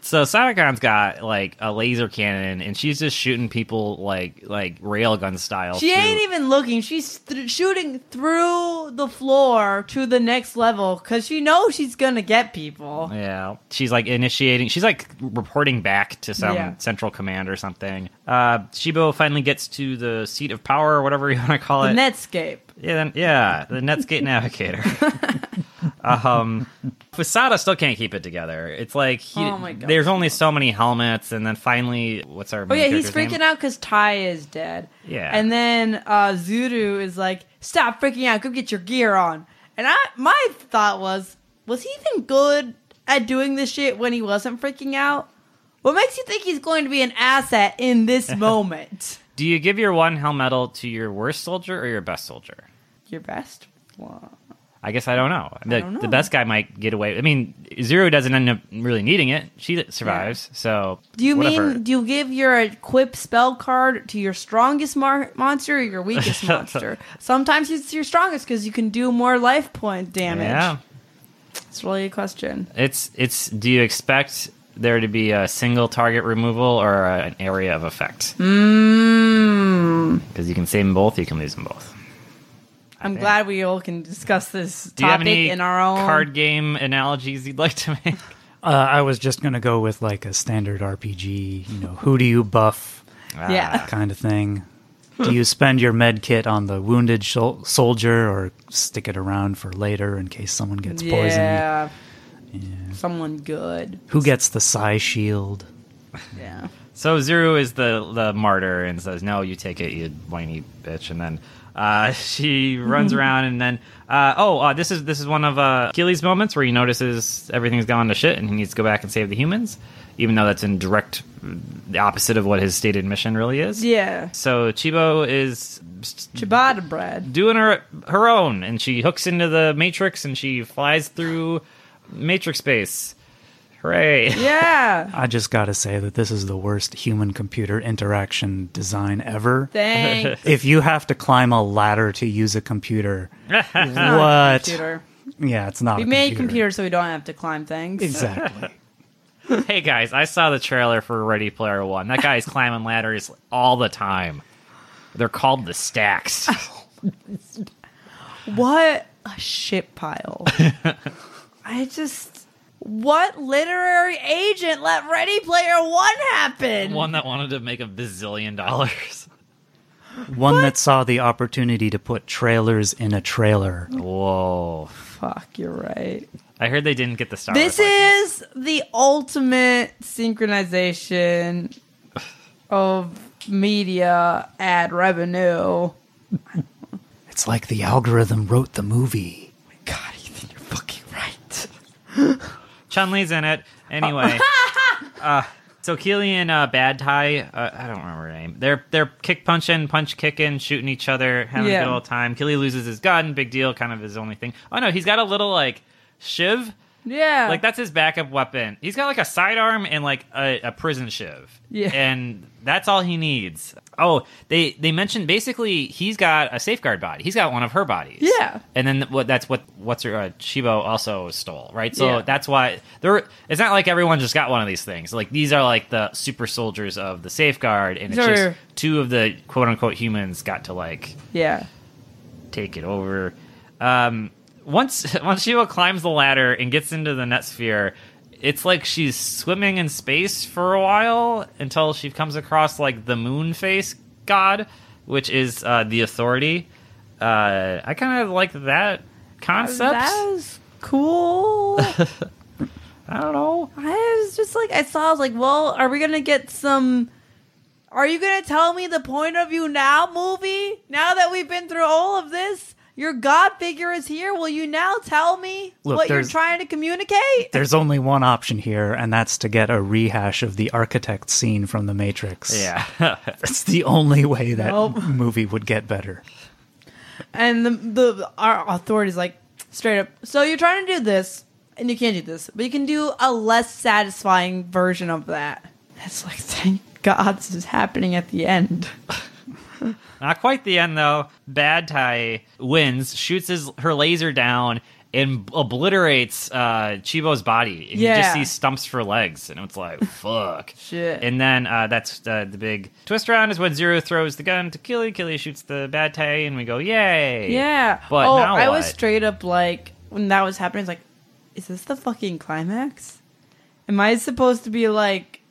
B: So Sonicon's got like a laser cannon, and she's just shooting people like like railgun style.
A: She
B: through-
A: ain't even looking. She's th- shooting through the floor to the next level because she knows she's gonna get people.
B: Yeah, she's like initiating. She's like reporting back to some
A: Yeah.
B: central command or something. Uh, Shibo finally gets to the seat of power, or whatever *laughs* you want to call
A: The
B: it.
A: Netscape.
B: yeah, then, yeah,
A: *laughs*
B: the Netscape navigator. *laughs* um, Fusada still can't keep it together. It's like he,
A: Oh my God.
B: there's only so many helmets, and then finally, what's our?
A: Oh yeah, he's freaking out because Ty is dead.
B: Yeah.
A: and then uh, Zuru is like, "Stop freaking out. Go get your gear on." And I, my thought was, was he even good at doing this shit when he wasn't freaking out? What makes you think he's going to be an asset in
B: *laughs*
A: this moment?
B: Do you give your one hell medal to your worst soldier or your best soldier?
A: Your best one.
B: I guess I don't know. The,
A: don't
B: the
A: know.
B: best guy might get away. I mean, Zero doesn't end up really needing it. She survives, so
A: Do you
B: whatever.
A: mean do you give your equip spell card to your strongest mar- monster or your
B: *laughs*
A: weakest monster? Sometimes it's your strongest because you can do more life point damage.
B: Yeah,
A: It's really a question.
B: it's it's. Do you expect there to be a single target removal or a, an area of effect?
A: Hmm.
B: Because
A: Mm.
B: you can save them both, you can lose them both.
A: I'm
B: think.
A: glad we all can discuss this
B: Do you have
A: topic
B: any
A: in our own
B: card game analogies you'd like to make?
C: Uh, I was just gonna go with like a standard RPG, you know, who do you buff
A: *laughs*
B: Ah.
A: Yeah.
C: kind of thing.
A: Hmm.
C: Do you spend your med kit on the wounded shol soldier or stick it around for later in case someone gets poisoned?
A: Yeah. Someone good.
C: Who gets the psi shield?
A: Yeah.
B: So Zero is the the martyr and says, "No, you take it, you whiny bitch." And then uh, *laughs*
A: *laughs*
B: she runs around, and then uh, oh, uh, this is this is one of uh, Achilles' moments where he notices everything's gone to shit, and he needs to go back and save the humans, even though that's in direct the opposite of what his stated mission really is.
A: Yeah.
B: So Chibo is
A: Ciabatta bread.
B: doing her her own, and she hooks into the matrix and she flies through matrix space. Hooray!
A: Yeah.
C: I just gotta say that this is the worst human computer interaction design ever.
A: Thanks.
B: *laughs*
A: *laughs*
C: If you have to climb a ladder to use a computer,
A: Not a
C: what?
A: computer.
C: Yeah, it's not.
A: We
C: a
A: made
C: computer.
A: computers so we don't have to climb things.
C: Exactly.
B: Hey guys, I saw the trailer for Ready Player One. That *laughs* guy is climbing ladders all the time. They're called the *laughs* stacks.
A: What a shit
B: *laughs*
A: pile. I just. What literary agent let Ready Player One happen?
B: One that wanted to make a bazillion dollars.
C: One that saw the opportunity to put trailers in a trailer.
B: Whoa.
A: Fuck, you're right.
B: I heard they didn't get the Star
A: This
B: Wars license.
A: is the ultimate synchronization of media ad revenue.
C: It's like the algorithm wrote the movie.
A: God, Ethan, you're fucking right.
B: Chun Li's in it.
A: *laughs*
B: Anyway, uh, so Keely and uh, Bad Tie, uh, I don't remember her name. They're they're kick punching, punch kicking, shooting each other, having
A: Yeah.
B: a good old time. Keely loses his gun, big deal, kind of his only thing. Oh no, he's got a little like shiv,
A: Yeah.
B: like that's his backup weapon. He's got like a sidearm and like a, a prison shiv,
A: Yeah.
B: and that's all he needs. Oh, they they mentioned basically he's got a safeguard body. He's got one of her bodies.
A: Yeah.
B: And then what? That's what what's her uh, Shibo also stole, right? So
A: Yeah.
B: that's why there. It's not like everyone just got one of these things. Like these are like the super soldiers of the safeguard, and it's
A: Sure.
B: just two of the quote unquote humans got to like
A: Yeah.
B: take it over. Um, once *laughs* once Shiva climbs the ladder and gets into the net sphere, it's like she's swimming in space for a while until she comes across like the moon face god, which is uh, the authority. Uh, I kind of like that concept.
A: That was cool.
B: I don't know.
A: I was just like, I saw, I was like, well, are we going to get some. Are you going to tell me the point of view now, movie? Now that we've been through all of this, your God figure is here. Will you now tell me
C: Look,
A: what you're
C: there's-
A: trying to communicate?
C: There's only one option here, and that's to get a rehash of the architect scene from The Matrix.
B: Yeah. *laughs*
C: That's the only way that
A: Nope.
C: movie would get better.
A: And the, the our authority's like, straight up, so you're trying to do this, and you can't do this, but you can do a less satisfying version of that. It's like, *laughs* thank God this is happening at the
C: *laughs*
A: end.
B: Not quite the end though. Bad Tie wins, shoots his her laser down, and obliterates uh, Chibo's body. And you
A: Yeah.
B: just see stumps for legs, and it's like *laughs* fuck.
A: Shit.
B: And then uh, that's uh, the big twist around is when Zero throws the gun to Killy. Killy shoots the Bad Tie, and we go yay.
A: Yeah.
B: But
A: oh,
B: now
A: I was
B: what?
A: straight up like when that was happening. I was like, is this the fucking climax? Am I supposed to be like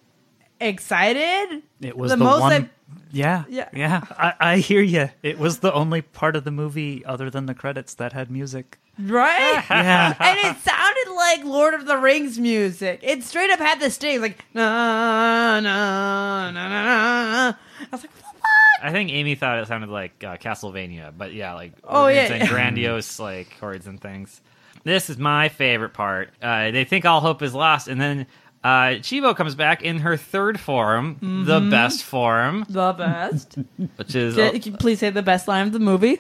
A: excited?
C: It was
A: the,
C: the,
A: most
C: one.
A: I've-
C: Yeah,
A: Yeah.
C: yeah, yeah. I, I hear you. It was the only part of the movie other than the credits that had music.
B: *laughs*
A: right?
C: Yeah.
A: and it sounded like Lord of the Rings music. It straight up had the sting like na na na na na. na. I was like, what?
B: I think Amy thought it sounded like uh, Castlevania, but yeah, like
A: Oh,
B: organs
A: yeah,
B: and
A: yeah.
B: grandiose like chords and things. This is my favorite part. Uh, they think all hope is lost, and then uh, Chibo comes back in her third form, the
A: Mm-hmm.
B: best form,
A: The
B: *laughs*
A: best.
B: which is oh,
A: Can- can you please say the best line of the
B: *laughs*
A: movie.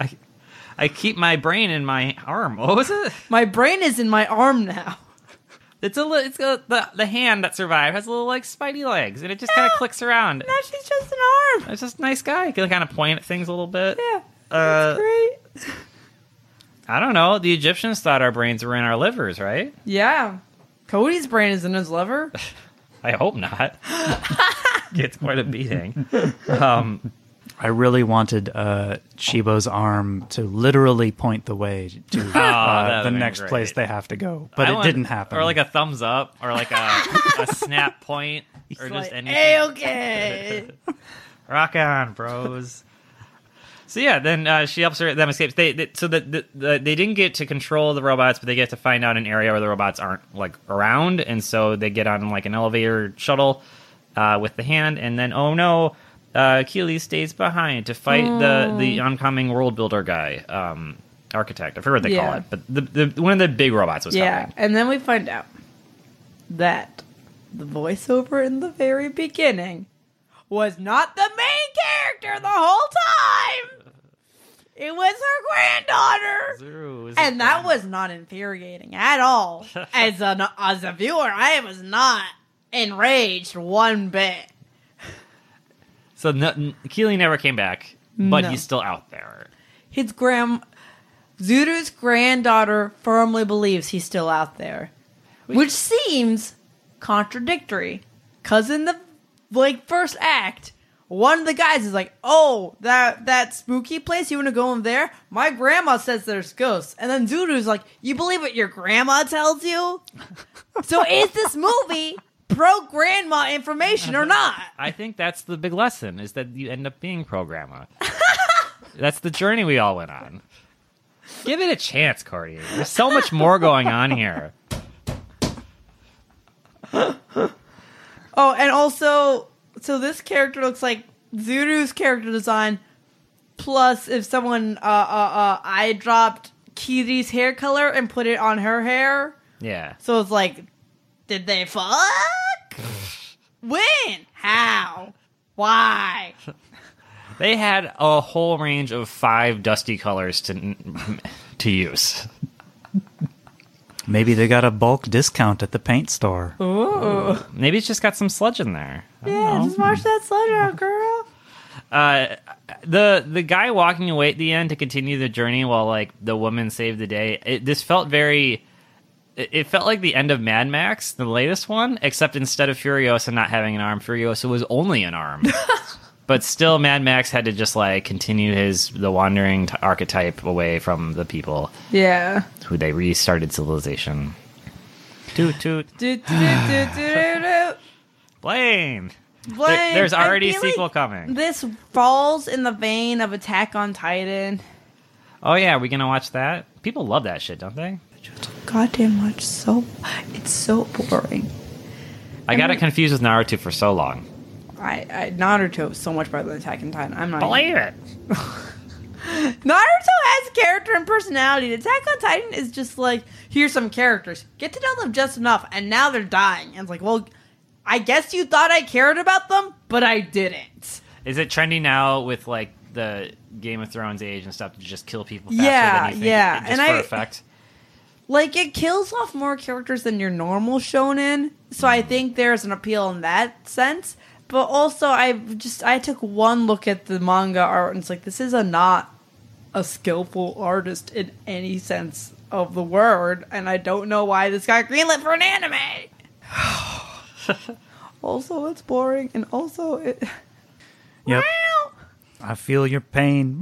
B: I, I keep my brain in my arm. *laughs* What was it?
A: My brain is in my arm now. *laughs*
B: It's a li- it's a, the the hand that survived has little like spidey legs, and it just kind of clicks around.
A: Now she's just an arm.
B: It's just a nice guy. He can kind of point at things a little bit.
A: Yeah.
B: Uh,
A: That's great.
B: I don't know. The Egyptians thought our brains were in our livers, right?
A: Yeah. Cody's brain is in his liver.
B: I hope not. Gets quite a *laughs* beating. Um,
C: I really wanted uh, Chibo's arm to literally point the way
B: *laughs*
C: to
B: Oh, that
C: uh,
B: would've
C: the
B: been
C: next
B: great.
C: place they have to go, but
B: I
C: it
B: want-
C: didn't happen.
B: Or like a thumbs up, or like a, a snap point, *laughs* or just
A: Like,
B: anything.
A: hey, okay.
B: *laughs* Rock on, bros. so yeah, then uh, she helps her. Them escapes. They, they so that the, the, they didn't get to control the robots, but they get to find out an area where the robots aren't like around, and so they get on like an elevator shuttle uh, with the hand, and then oh no, uh, Keeley stays behind to fight the
A: Oh.
B: the oncoming world builder guy, um, architect. I forget what they
A: Yeah.
B: call it, but the, the one of the big robots was
A: yeah.
B: coming.
A: And then we find out that the voiceover in the very beginning was not the main character the whole time. It was her granddaughter.
B: Zero is-
A: And that was not infuriating at all. As an as a viewer, I was not enraged one bit.
B: so. No, Keeley never came back, but
A: No.
B: he's still out there.
A: his grand Zuru's granddaughter firmly believes he's still out there, which seems contradictory. Cause in the like first act, one of the guys is like, "Oh, that that spooky place. You want to go in there? My grandma says there's ghosts." And then Zuru's like, "You believe what your grandma tells you?" so is this movie pro grandma information or not?
B: I think that's the big lesson is that you end up being pro grandma. that's the journey we all went on. Give it a chance, Cardi. There's so much more going on here.
A: Oh, and also, so this character looks like Zuru's character design. Plus, if someone uh, uh, uh, I dropped Kiri's hair color and put it on her hair,
B: Yeah.
A: so it's like, did they
B: *laughs*
A: fuck? when? How? Why?
B: They had a whole range of five dusty colors to to use.
C: Maybe they got a bulk discount at the paint store.
A: Ooh.
B: Maybe it's just got some sludge in there. I don't
A: Yeah,
B: know.
A: just watch that sludge out, girl.
B: uh, the the guy walking away at the end to continue the journey while like the woman saved the day. It, this felt very. It it felt like the end of Mad Max, the latest one, except instead of Furiosa not having an arm, Furiosa was only an arm. but still, Mad Max had to just like continue his the wandering t- archetype away from the people
A: Yeah.
B: who they restarted civilization. Toot toot,
A: Do, do, do, do, do,
B: *sighs*
A: do, do.
B: blame.
A: Blame.
B: there's
A: I
B: already a
A: feel
B: sequel
A: like
B: coming.
A: This falls in the vein of Attack on Titan.
B: Oh yeah, we gonna watch that? People love that shit, don't they?
A: goddamn much so it's so boring
B: I got it confused with Naruto for so long.
A: I, I Naruto is so much better than Attack on Titan. I'm not.
B: Believe it.
A: Naruto has character and personality. Attack on Titan is just like here's some characters, get to know them just enough, and now they're dying. And it's like, well, I guess you thought I cared about them, but I didn't.
B: Is it trendy now with like the Game of Thrones age and stuff to just kill people faster
A: Yeah,
B: than you think?
A: yeah,
B: Just
A: and
B: for
A: I-
B: effect.
A: Like it kills off more characters than your normal shonen, so I think there's an appeal in that sense. But also, I just I took one look at the manga art and it's like this is a not a skillful artist in any sense of the word, and I don't know why this got greenlit for an anime. also, it's boring, and also it. *laughs*
C: Yep. I feel your pain.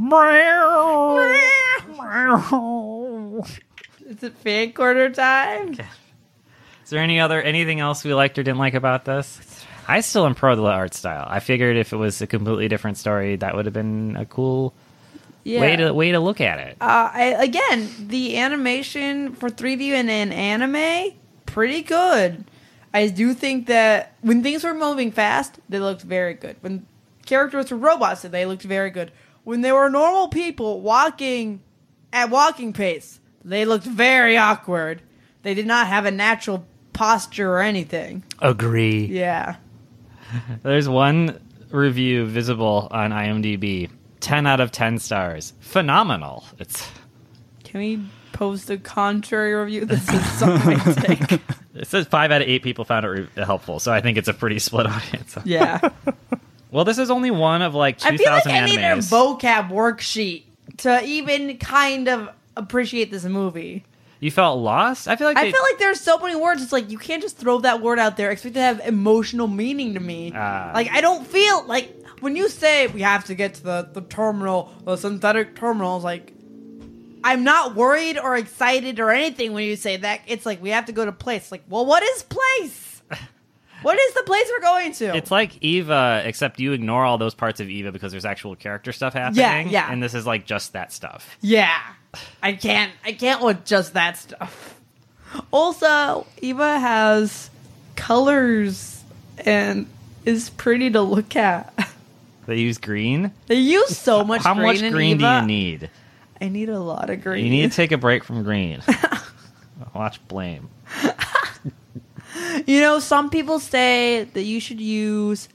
C: I
A: Is it fan quarter time?
B: Is there any other anything else we liked or didn't like about this? I still am pro the art style. I figured if it was a completely different story, that would have been a cool
A: Yeah.
B: way to way to look at it.
A: uh, I, again, the animation for 3D and in anime, pretty good. I do think that when things were moving fast, they looked very good. When characters were robots, they looked very good. When they were normal people walking at walking pace, they looked very awkward. They did not have a natural posture or anything.
C: Agree.
A: Yeah.
B: There's one review visible on IMDb. Ten out of ten stars. Phenomenal. It's
A: Can we post a contrary review? This is so my take.
B: it says five out of eight people found it re- helpful, so I think it's a pretty split *laughs* audience.
A: *laughs* Yeah.
B: Well, this is only one of like
A: I
B: 2,000
A: feel like I need a
B: animes.
A: vocab worksheet to even kind of appreciate this movie.
B: you felt lost? I feel like
A: I
B: they-
A: feel like there's so many words. It's like you can't just throw that word out there expect it to have emotional meaning to me.
B: Ah.
A: like I don't feel like when you say we have to get to the the terminal, the synthetic terminal. It's like I'm not worried or excited or anything when you say that. It's like we have to go to place. Like, well, what is *laughs* place? what is the place we're going to?
B: it's like Eva, except you ignore all those parts of Eva because there's actual character stuff happening.
A: yeah.
B: And this is like just that stuff.
A: Yeah. I can't I can't with just that stuff. Also, Eva has colors and is pretty to look at. *laughs*
B: They use green.
A: They use so much
B: How
A: green
B: much
A: in
B: green do
A: Eva.
B: you need?
A: I need a lot of green. *laughs*
B: You need to take a break from green. Watch Blame.
A: You know, some people say that you should use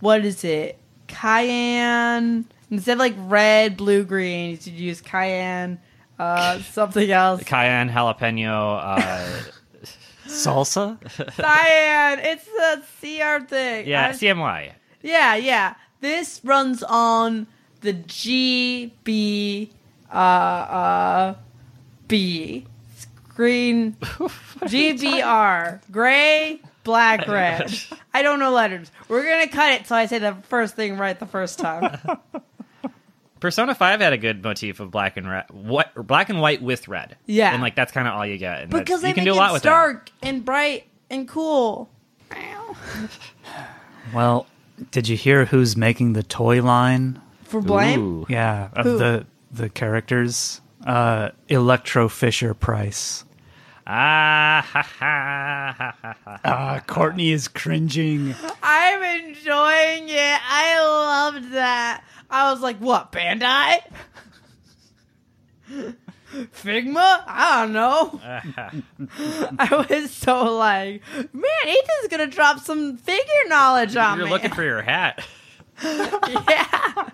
A: what is it? Cayenne instead of like red, blue, green, you should use cayenne,
B: *laughs*
A: uh, something else.
B: Cayenne, jalapeno.
A: *laughs*
B: Uh,
C: Salsa?
A: Cyan. It's a CR thing.
B: yeah,
A: I'm
B: CMY.
A: Yeah, yeah. This runs on the G B uh uh B.
B: *laughs*
A: Green. GBR. Gray.
B: *laughs*
A: Black. Red. I don't know letters. We're gonna cut it so I say the first thing right the first
B: *laughs*
A: time.
B: Persona Five had a good motif of black and red, what black and white with red.
A: Yeah.
B: and like that's kind of all you get. And that's-
A: because they
B: you can
A: make
B: do a lot
A: it
B: with that.
A: stark and bright and cool. Meow.
C: Well, did you hear who's making the toy line?
A: For blame.
B: Ooh.
C: Yeah, of
A: Who?
C: the the characters. Uh, Electro Fisher Price.
B: Ah ha ha ha ha ha.
C: Uh, Courtney is cringing.
A: I'm enjoying it. I loved that. I was like, what, Bandai? Figma? I don't
B: *laughs*
A: know. *laughs* I was so like, man, Ethan's gonna drop some figure knowledge on
B: You're
A: me.
B: looking for your hat.
A: *laughs* yeah.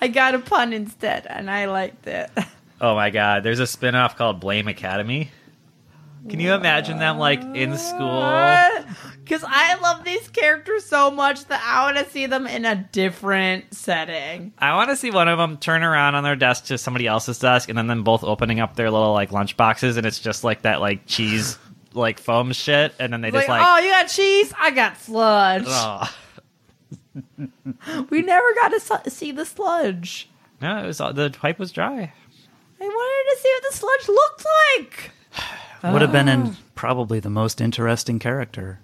A: I got a pun instead, and I liked it.
B: *laughs* Oh my god, there's a spin-off called Blame Academy. Can you imagine them like in school?
A: *laughs* Because I love these characters so much that I want to see them in a different setting.
B: I want to see one of them turn around on their desk to somebody else's desk, and then them both opening up their little like lunch boxes, and it's just like that like cheese like foam shit, and then they
A: Like,
B: just like,
A: oh, you got cheese? I got sludge.
B: oh.
A: We never got to su- see the sludge.
B: no, it was all- the pipe was dry.
A: I wanted to see what the sludge looked like.
C: Would have been in probably the most interesting character.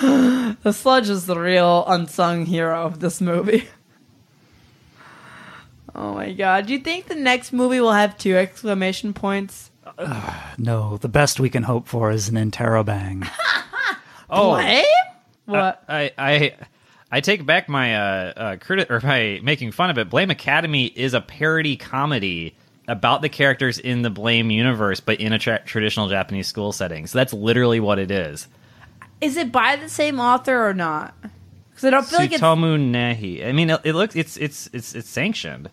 A: The sludge is the real unsung hero of this movie. *laughs* Oh my god. Do you think the next movie will have two exclamation points?
C: No, the best we can hope for is an interrobang.
B: Oh,
A: What? Uh, What?
B: I I I take back my uh, uh criti- or my making fun of it. Blame Academy is a parody comedy about the characters in the Blame universe, but in a tra- traditional Japanese school setting. So that's literally what it is.
A: Is it by the same author or not? Because I don't feel like it's.
B: Tsutomu Nehi. I mean, it, it looks it's it's it's it's sanctioned.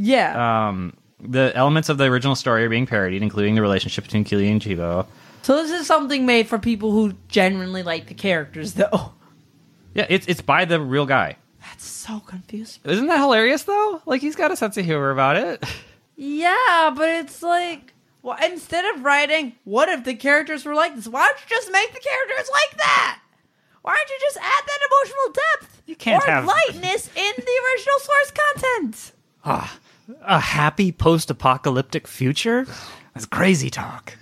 A: Yeah.
B: Um, the elements of the original story are being parodied, including the relationship between Kili and Chibo.
A: so this is something made for people who genuinely like the characters, though. *laughs*
B: Yeah, it's it's by the real guy.
A: That's so confusing.
B: Isn't that hilarious though? Like he's got a sense of humor about it. *laughs*
A: Yeah, but it's like, well, instead of writing, what if the characters were like this? Why don't you just make the characters like that? Why don't you just add that emotional depth? You
C: can't
A: or
C: have-
A: lightness in the original source content.
C: a happy post-apocalyptic future? That's crazy talk.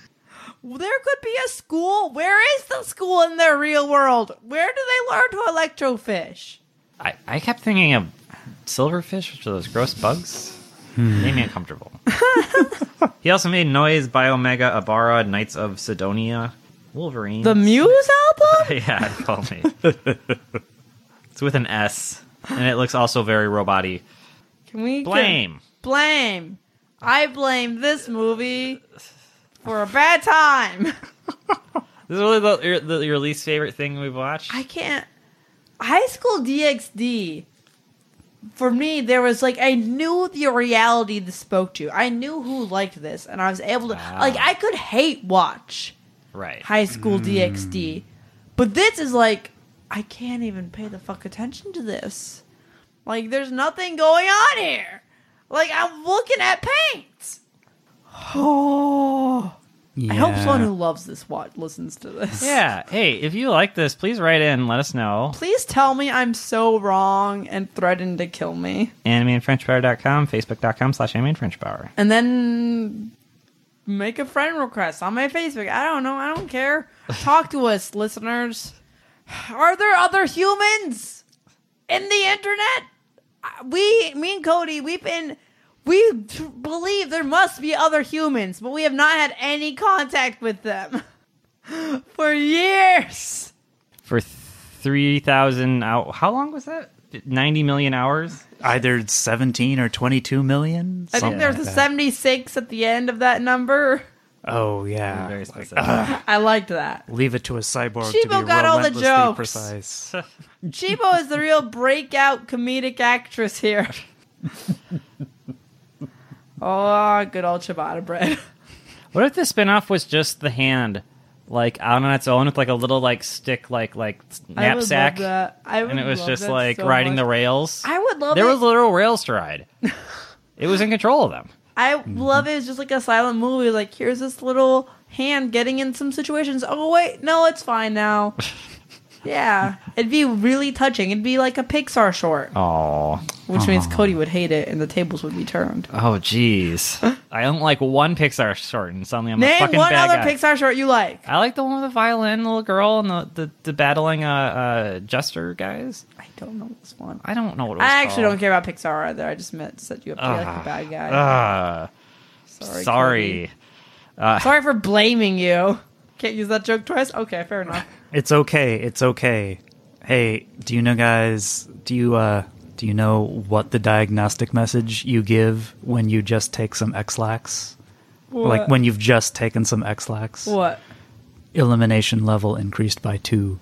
A: There could be a school. Where is the school in the real world? Where do they learn to electrofish?
B: I, I kept thinking of silverfish, which are those gross bugs. Made
A: *laughs*
B: me uncomfortable. he also made Noise, Biomega, Abara, Knights of Sidonia, Wolverine.
A: The Muse album?
B: *laughs* yeah, it called me. it's with an S, and it looks also very robot-y.
A: Can we
B: Blame.
A: blame? I blame this movie for a bad time. *laughs*
B: This is really the, your, the, your least favorite thing we've watched.
A: I can't. High School DxD. For me, there was like I knew the reality this spoke to. I knew who liked this, and I was able to like I could hate watch
B: right.
A: High School DxD, but this is like I can't even pay the fuck attention to this. Like, there's nothing going on here. Like I'm looking at paint. *sighs* Oh, I hope
C: Yeah.
A: someone who loves this watch listens to this.
B: Yeah. Hey, if you like this, please write in. and Let us know.
A: Please tell me I'm so wrong and threaten to kill me.
B: AnimeandFrenchPower.com, Facebook.com slash AnimeandFrenchPower.
A: And then make a friend request on my Facebook. I don't know. I don't care. Talk to us, listeners. Are there other humans in the internet? I- We, me and Cody, we've been, we t- believe there must be other humans, but we have not had any contact with them *laughs* for years.
B: For 3,000 out. How long was that? 90 million hours?
C: Either 17 or 22 million?
A: I think
C: something
A: there's
C: like
A: a
C: that.
A: 76 at the end of that number.
C: Oh,
A: Ah,
C: yeah.
B: Very specific.
A: I liked that.
C: Leave it to a cyborg to be
A: Shibo got all the
C: relentlessly
A: jokes.
C: precise.
A: Chibo is the real breakout comedic actress
B: *laughs*
A: here. oh, good old ciabatta bread. *laughs*
B: what if the spinoff was just the hand, like out on its own with like a little like stick, like like
A: I would love
B: knapsack,
A: that. I would
B: and it was
A: love
B: just
A: that
B: like
A: so
B: riding
A: much.
B: the rails.
A: I would love
B: there
A: it. *laughs*
B: was literal rails to ride. it was in control of them.
A: I love it. It's just like a silent movie. Like here's this little hand getting in some situations. Oh wait, no, it's fine
B: *laughs*
A: now. yeah, it'd be really touching. It'd be like a Pixar short,
B: Oh.
A: which means Cody would hate it and the tables would be turned.
B: Oh, jeez. I don't like one Pixar short, and suddenly I'm a
A: Name
B: fucking
A: one
B: bad
A: other
B: guy.
A: Pixar short you like.
B: I like the one with the violin, the little girl, and the, the, the battling uh, uh, jester guys.
A: I don't know this one.
B: I don't know what it was
A: I actually
B: called.
A: don't care about Pixar either. I just meant set you up to be like a bad guy.
B: Ah,
A: sorry.
B: sorry.
A: Cody. Sorry for blaming you. Can't use that joke twice. Okay, fair enough.
C: It's okay. It's okay. Hey, do you know, guys? Do you uh, do you know what the diagnostic message you give when you just take some X-lax? Like
A: What?
C: when you've just taken some X-lax?
A: What?
C: Elimination level increased by two.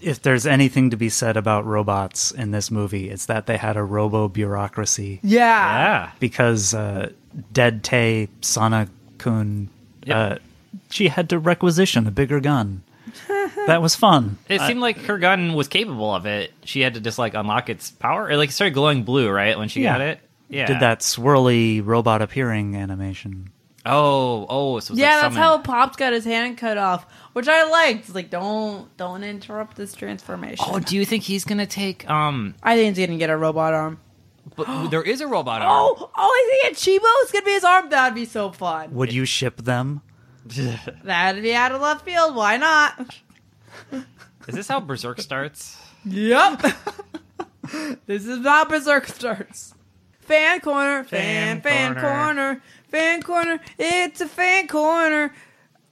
C: if there's anything to be said about robots in this movie, it's that they had a robo bureaucracy
A: Yeah.
B: Yeah.
C: because uh, Dead Tay Sana Kun, uh, she had to requisition a bigger gun. that was fun.
B: It seemed like her gun was capable of it. She had to just like unlock its power. It like started glowing blue, right? When she
C: Yeah.
B: got it. Yeah.
C: Did that swirly robot appearing animation.
B: Oh, oh, so it was
A: Yeah,
B: like
A: that's
B: summon.
A: how Pop's got his hand cut off, which I liked. It's like, don't don't interrupt this transformation.
B: Oh, do you think he's gonna take um
A: I think he's gonna get a robot arm. *gasps*
B: but there is a robot arm. *laughs*
A: Oh, oh, I think Chibo is gonna be his arm. That'd be so fun.
C: Would you ship them?
A: That'd be out of left field. Why not?
B: Is this how Berserk starts?
A: Yep. *laughs* this is not Berserk starts. Fan corner, fan, fan,
B: Fan corner.
A: corner. fan corner. It's a fan corner.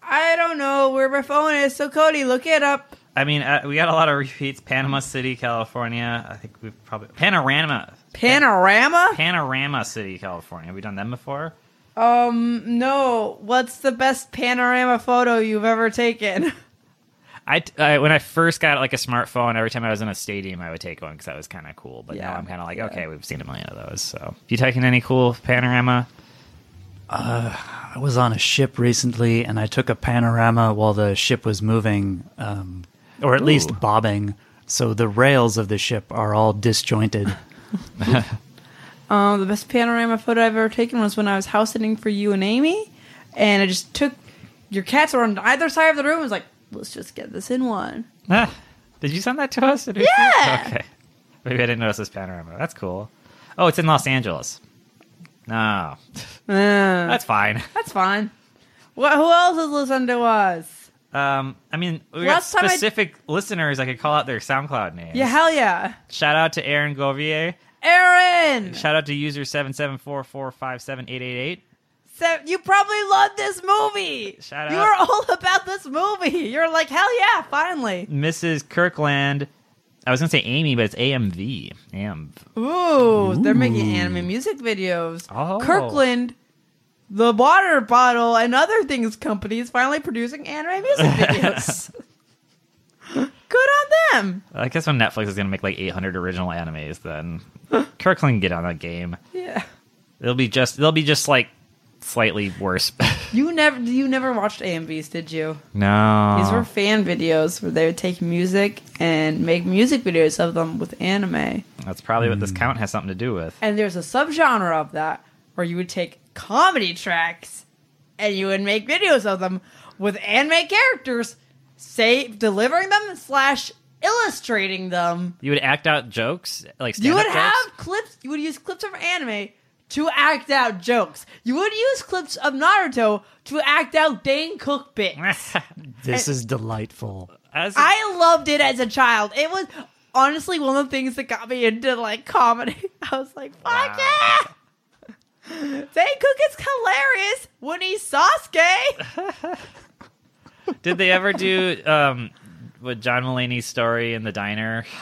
A: I don't know where my phone is, so Cody, look it up.
B: I mean, uh, we got a lot of repeats. Panama City, California. I think we've probably Panorama,
A: Panorama?
B: Panorama City, California. Have we done them before?
A: Um, no. What's the best panorama photo you've ever taken? *laughs*
B: I, I when I first got like a smartphone, every time I was in a stadium, I would take one because that was kind of cool. But now
A: Yeah.
B: I'm kind of like, okay, we've seen a million of those. So, have you taken any cool panorama?
C: I was on a ship recently and I took a panorama while the ship was moving, um, or at
B: Ooh.
C: least bobbing. So the rails of the ship are all disjointed.
B: *laughs*
A: Um, the best panorama photo I've ever taken was when I was house sitting for you and Amy, and I just took your cats were on either side of the room. I was like, let's just get this in one.
B: Ah, did you send that to us? Did we see it?
A: Yeah.
B: Okay. Maybe I didn't notice this panorama. That's cool. Oh, it's in Los Angeles. No,
A: Uh.
B: that's fine.
A: That's fine. What, who else has listened to us?
B: Um, I mean, we
A: Last
B: got
A: time I-
B: specific listeners. I could call out their SoundCloud names.
A: Yeah, hell yeah.
B: Shout out to Aaron Govier.
A: Aaron!
B: Shout out to user seven seven four four five seven eight eight eight.
A: Se- you probably love this movie.
B: Shout
A: You
B: out.
A: are all *laughs* about this movie. You're like, hell yeah, finally.
B: Mrs. Kirkland. I was gonna say Amy, but it's AMV. AMV.
A: Ooh, they're making anime music videos.
B: Oh.
A: Kirkland, the water bottle, and other things company is finally producing anime
B: *laughs*
A: music videos. Good on them.
B: I guess when Netflix is gonna make like 800 original animes, then Kirkland can get on that game.
A: Yeah.
B: It'll be just. They'll be just like slightly worse. *laughs*
A: You never you never watched AMVs, did you?
B: no.
A: These were fan videos where they would take music and make music videos of them with anime.
B: That's probably what this
A: Hmm.
B: count has something to do with.
A: And there's a subgenre of that where you would take comedy tracks and you would make videos of them with anime characters, say delivering them slash illustrating them.
B: You would act out jokes, like
A: You would
B: stand-up jokes?
A: have clips. You would use clips from anime to act out jokes. You would use clips of Naruto to act out Dane Cook bits.
C: This is delightful.
B: *laughs* As
A: I loved it as a child. It was honestly one of the things that got me into like comedy. *laughs* I was like, fuck
B: Wow.
A: yeah! Dane Cook is hilarious when he's Sasuke.
B: Did they ever do um with John Mulaney's story in the diner? *laughs*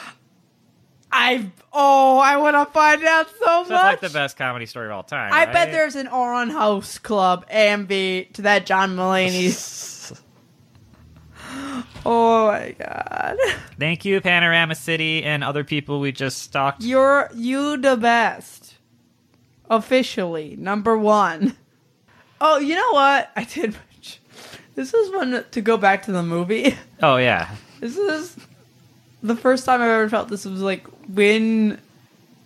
A: I oh, I want to find out so
B: That's
A: much.
B: like the best comedy story of all time.
A: I bet
B: right?
A: there's an Oron House Club AMV to that John Mulaney.
B: *laughs*
A: oh my god,
B: Thank you, Panorama City, and other people we just stalked.
A: you're you the best. Officially number one. Oh, you know what? *laughs* I did. This is one to go back to the movie. *laughs*
B: Oh yeah,
A: This is the first time I've ever felt this was like when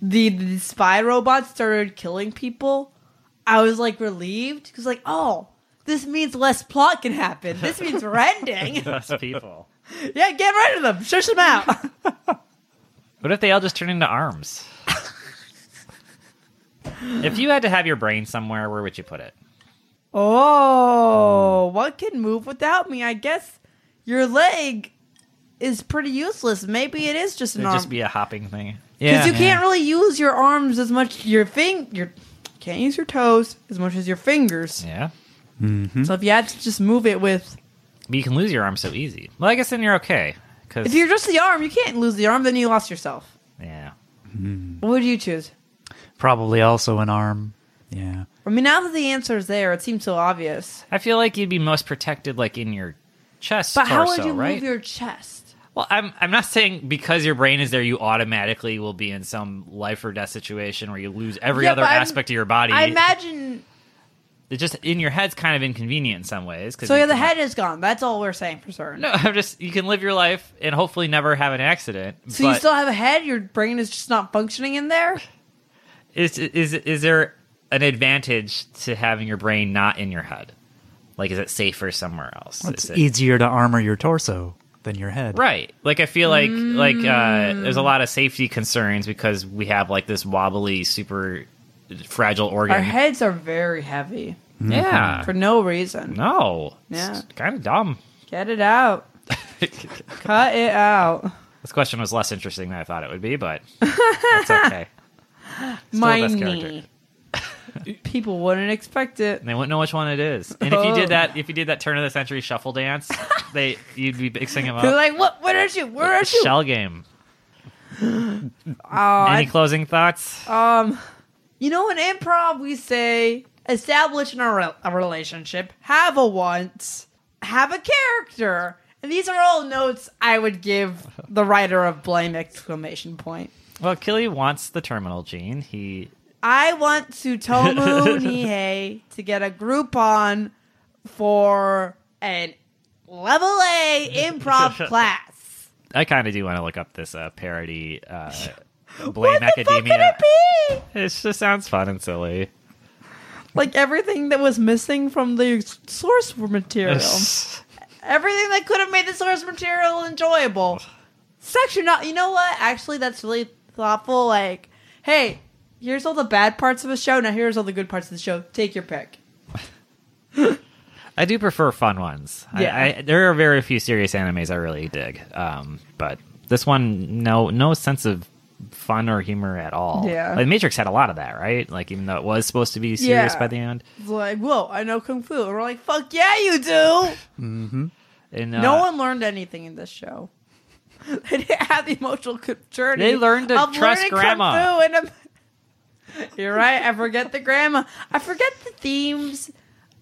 A: the, the spy robots started killing people. I was like relieved because like oh. This means less plot can happen. This means we're ending.
B: Less people.
A: Yeah, get rid of them. Shush them out. *laughs*
B: What if they all just turn into arms? if you had to have your brain somewhere, where would you put it? Mm.
A: Oh, what can move without me? I guess your leg is pretty useless. Maybe it is just an
B: It'd
A: arm
B: just be a hopping thing.
A: because you can't really use your arms as much. Your fing your can't use your toes as much as your fingers.
B: Yeah. Mm-hmm.
A: So if you had to just move it with,
B: But you can lose your arm so easy. Well, I guess then you're okay. Cause,
A: if you're just the arm, you can't lose the arm. Then you lost yourself.
B: yeah.
A: What would you choose?
C: Probably also an arm. Yeah.
A: I mean, now that the answer is there, it seems so obvious.
B: I feel like you'd be most protected like in your chest
A: But how
B: torso,
A: would you
B: right?
A: move your chest?
B: well, I'm I'm not saying because your brain is there you automatically will be in some life or death situation where you lose every
A: Yeah,
B: other
A: but I'm-
B: aspect of your body.
A: I
B: *laughs*
A: imagine.
B: It's just in your head's kind of inconvenient in some ways. 'cause
A: So
B: you
A: yeah, the
B: can-
A: head is gone. That's all we're saying for certain.
B: No, *laughs* I'm just you can live your life and hopefully never have an accident.
A: So you
B: but
A: still have a head? Your brain is just not functioning in there?
B: is is is there an advantage to having your brain not in your head? Like, is it safer somewhere else?
C: It's
B: Is it-
C: easier to armor your torso than your head.
B: Right. Like I feel like like
A: Mm.
B: uh there's a lot of safety concerns because we have like this wobbly super fragile organ.
A: Our heads are very heavy
B: Yeah.
A: for no reason.
B: Mm-hmm. No.
A: Yeah.
B: kind of dumb.
A: Get it
B: *laughs*
A: out. Cut it out.
B: This question was less interesting than I thought it would be,
A: *laughs*
B: but that's okay. Still the
A: My
B: best character.
A: knee. *laughs* People wouldn't expect it.
B: And they wouldn't know which one it is. And if you
A: Oh.
B: did that, if you did that turn of the century
A: *laughs*
B: shuffle dance, they you'd be mixing them
A: They're
B: up.
A: like, what? Where are you? Where are you?
B: Shell game.
A: Oh, I-
B: Any closing thoughts?
A: um, you know, in improv, we say establish in a, rel- a relationship, have a wants, have a character. And these are all notes I would give the writer of Blame! Exclamation point.
B: Well, Killy wants the terminal gene. He
A: I want Tsutomu Nihei to get a Groupon for an level A improv class.
B: I kind of do want to look up this uh, parody
A: *laughs*
B: uh, Blame
A: what the fuck
B: Academia.
A: could it be?
B: It just sounds fun and silly.
A: Like everything that was missing from the s- source
B: *laughs*
A: material, everything that could have made the source material enjoyable. Section not. You know what? Actually, that's really thoughtful. Like, hey, here's all the bad parts of a show. Now here's all the good parts of the show. Take your pick.
B: I do prefer fun ones. I-
A: Yeah.
B: I, there are very few serious animes I really dig, um, but this one, no, no sense of fun or humor at all.
A: Yeah.
B: like Matrix had a lot of that, right? Like even though it was supposed to be serious
A: Yeah.
B: by the end,
A: It's like, whoa, I know kung fu. And we're like, fuck yeah, you do.
B: and
A: No
B: uh,
A: one learned anything in this show. *laughs* they didn't have the emotional c- journey.
B: They learned to
A: of
B: trust
A: learning kung
B: grandma.
A: fu in a- *laughs* You're right. I forget the grandma. I forget the themes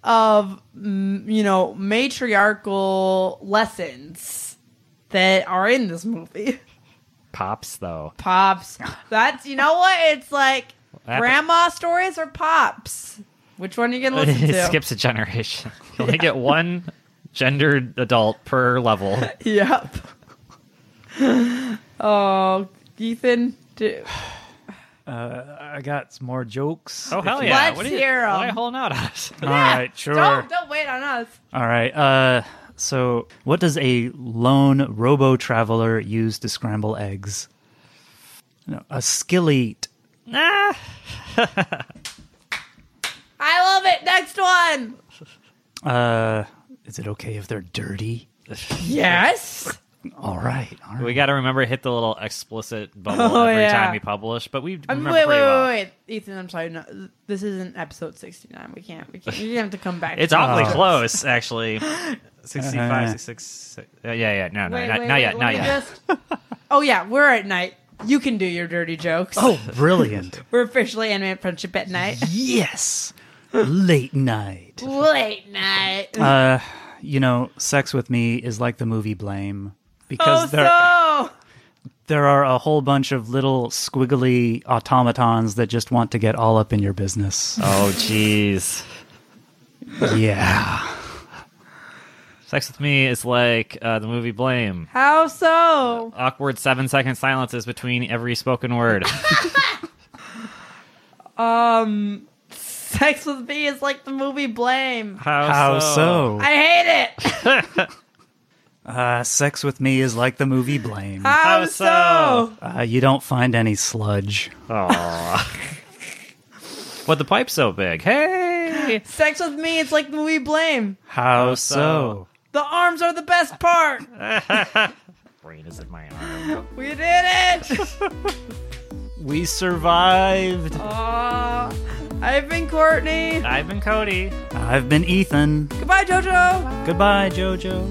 A: of mm, you know matriarchal lessons that are in this movie. *laughs*
B: pops though.
A: Pops. That's you know what it's like.
B: happened?
A: Grandma stories or pops? Which one are you gonna *laughs* listen
B: *laughs* it
A: to? *laughs*
B: skips a generation. *laughs* You only get one gendered adult per level.
A: Yep. *laughs* oh, Ethan. Do,
C: I got some more
B: *laughs*
C: jokes.
B: Oh
C: If
B: hell
C: you-
B: yeah!
A: Let's
B: what are you,
A: hear 'em.
B: Why are you holding out on us?
C: All right, sure.
A: Don't don't wait on us.
C: All right. Uh, so, what does a lone robo traveler use to scramble eggs? No, a skillet.
B: *laughs* nah.
A: I love it. Next one.
C: Uh, is it okay if they're dirty?
A: Yes.
C: All right. All right.
B: We got to remember to hit the little explicit
A: *laughs*
B: bubble
A: Oh,
B: every
A: yeah.
B: time we publish, but we
A: Um,
B: remember
A: wait, wait,
B: pretty well.
A: wait, wait, Ethan. I'm sorry. No, this isn't episode 69. We can't. We can't. You have to come back.
B: It's
A: to
B: awfully
C: Oh.
B: close, *laughs* actually. 65,
C: Uh-huh.
B: 66. Uh, yeah, yeah, no, no,
A: Wait,
B: not,
A: wait,
B: not
A: wait,
B: yet,
A: let
B: not
A: me
B: yet.
A: just- oh yeah, we're at night. You can do your dirty jokes.
C: Oh, brilliant.
A: We're officially anime friendship at night.
C: yes. Late night.
A: *laughs* Late night.
C: Uh, you know, sex with me is like the movie Blame because
A: oh
C: there
A: so.
C: there are a whole bunch of little squiggly automatons that just want to get all up in your business.
B: Oh, jeez.
C: yeah.
B: Sex with me is like uh, the movie Blame.
A: How so?
B: Awkward seven second silences between every spoken *laughs* word.
A: Um, Sex with Me is like the movie Blame.
B: How,
C: How so?
A: I hate it.
C: Uh, sex with me is like the movie Blame.
A: How,
B: *laughs* How so?
A: so?
C: Uh, you don't find any sludge.
B: Aw. but the pipe's so big. Hey!
A: Sex with Me is like the movie Blame.
C: How
B: so?
C: so?
A: The arms are the best part.
B: Brain is in my arm.
A: We did it.
D: *laughs*
C: We survived.
A: Aw. I've been Courtney.
B: I've been Cody.
C: I've been Ethan.
A: Goodbye, JoJo.
C: Goodbye, JoJo.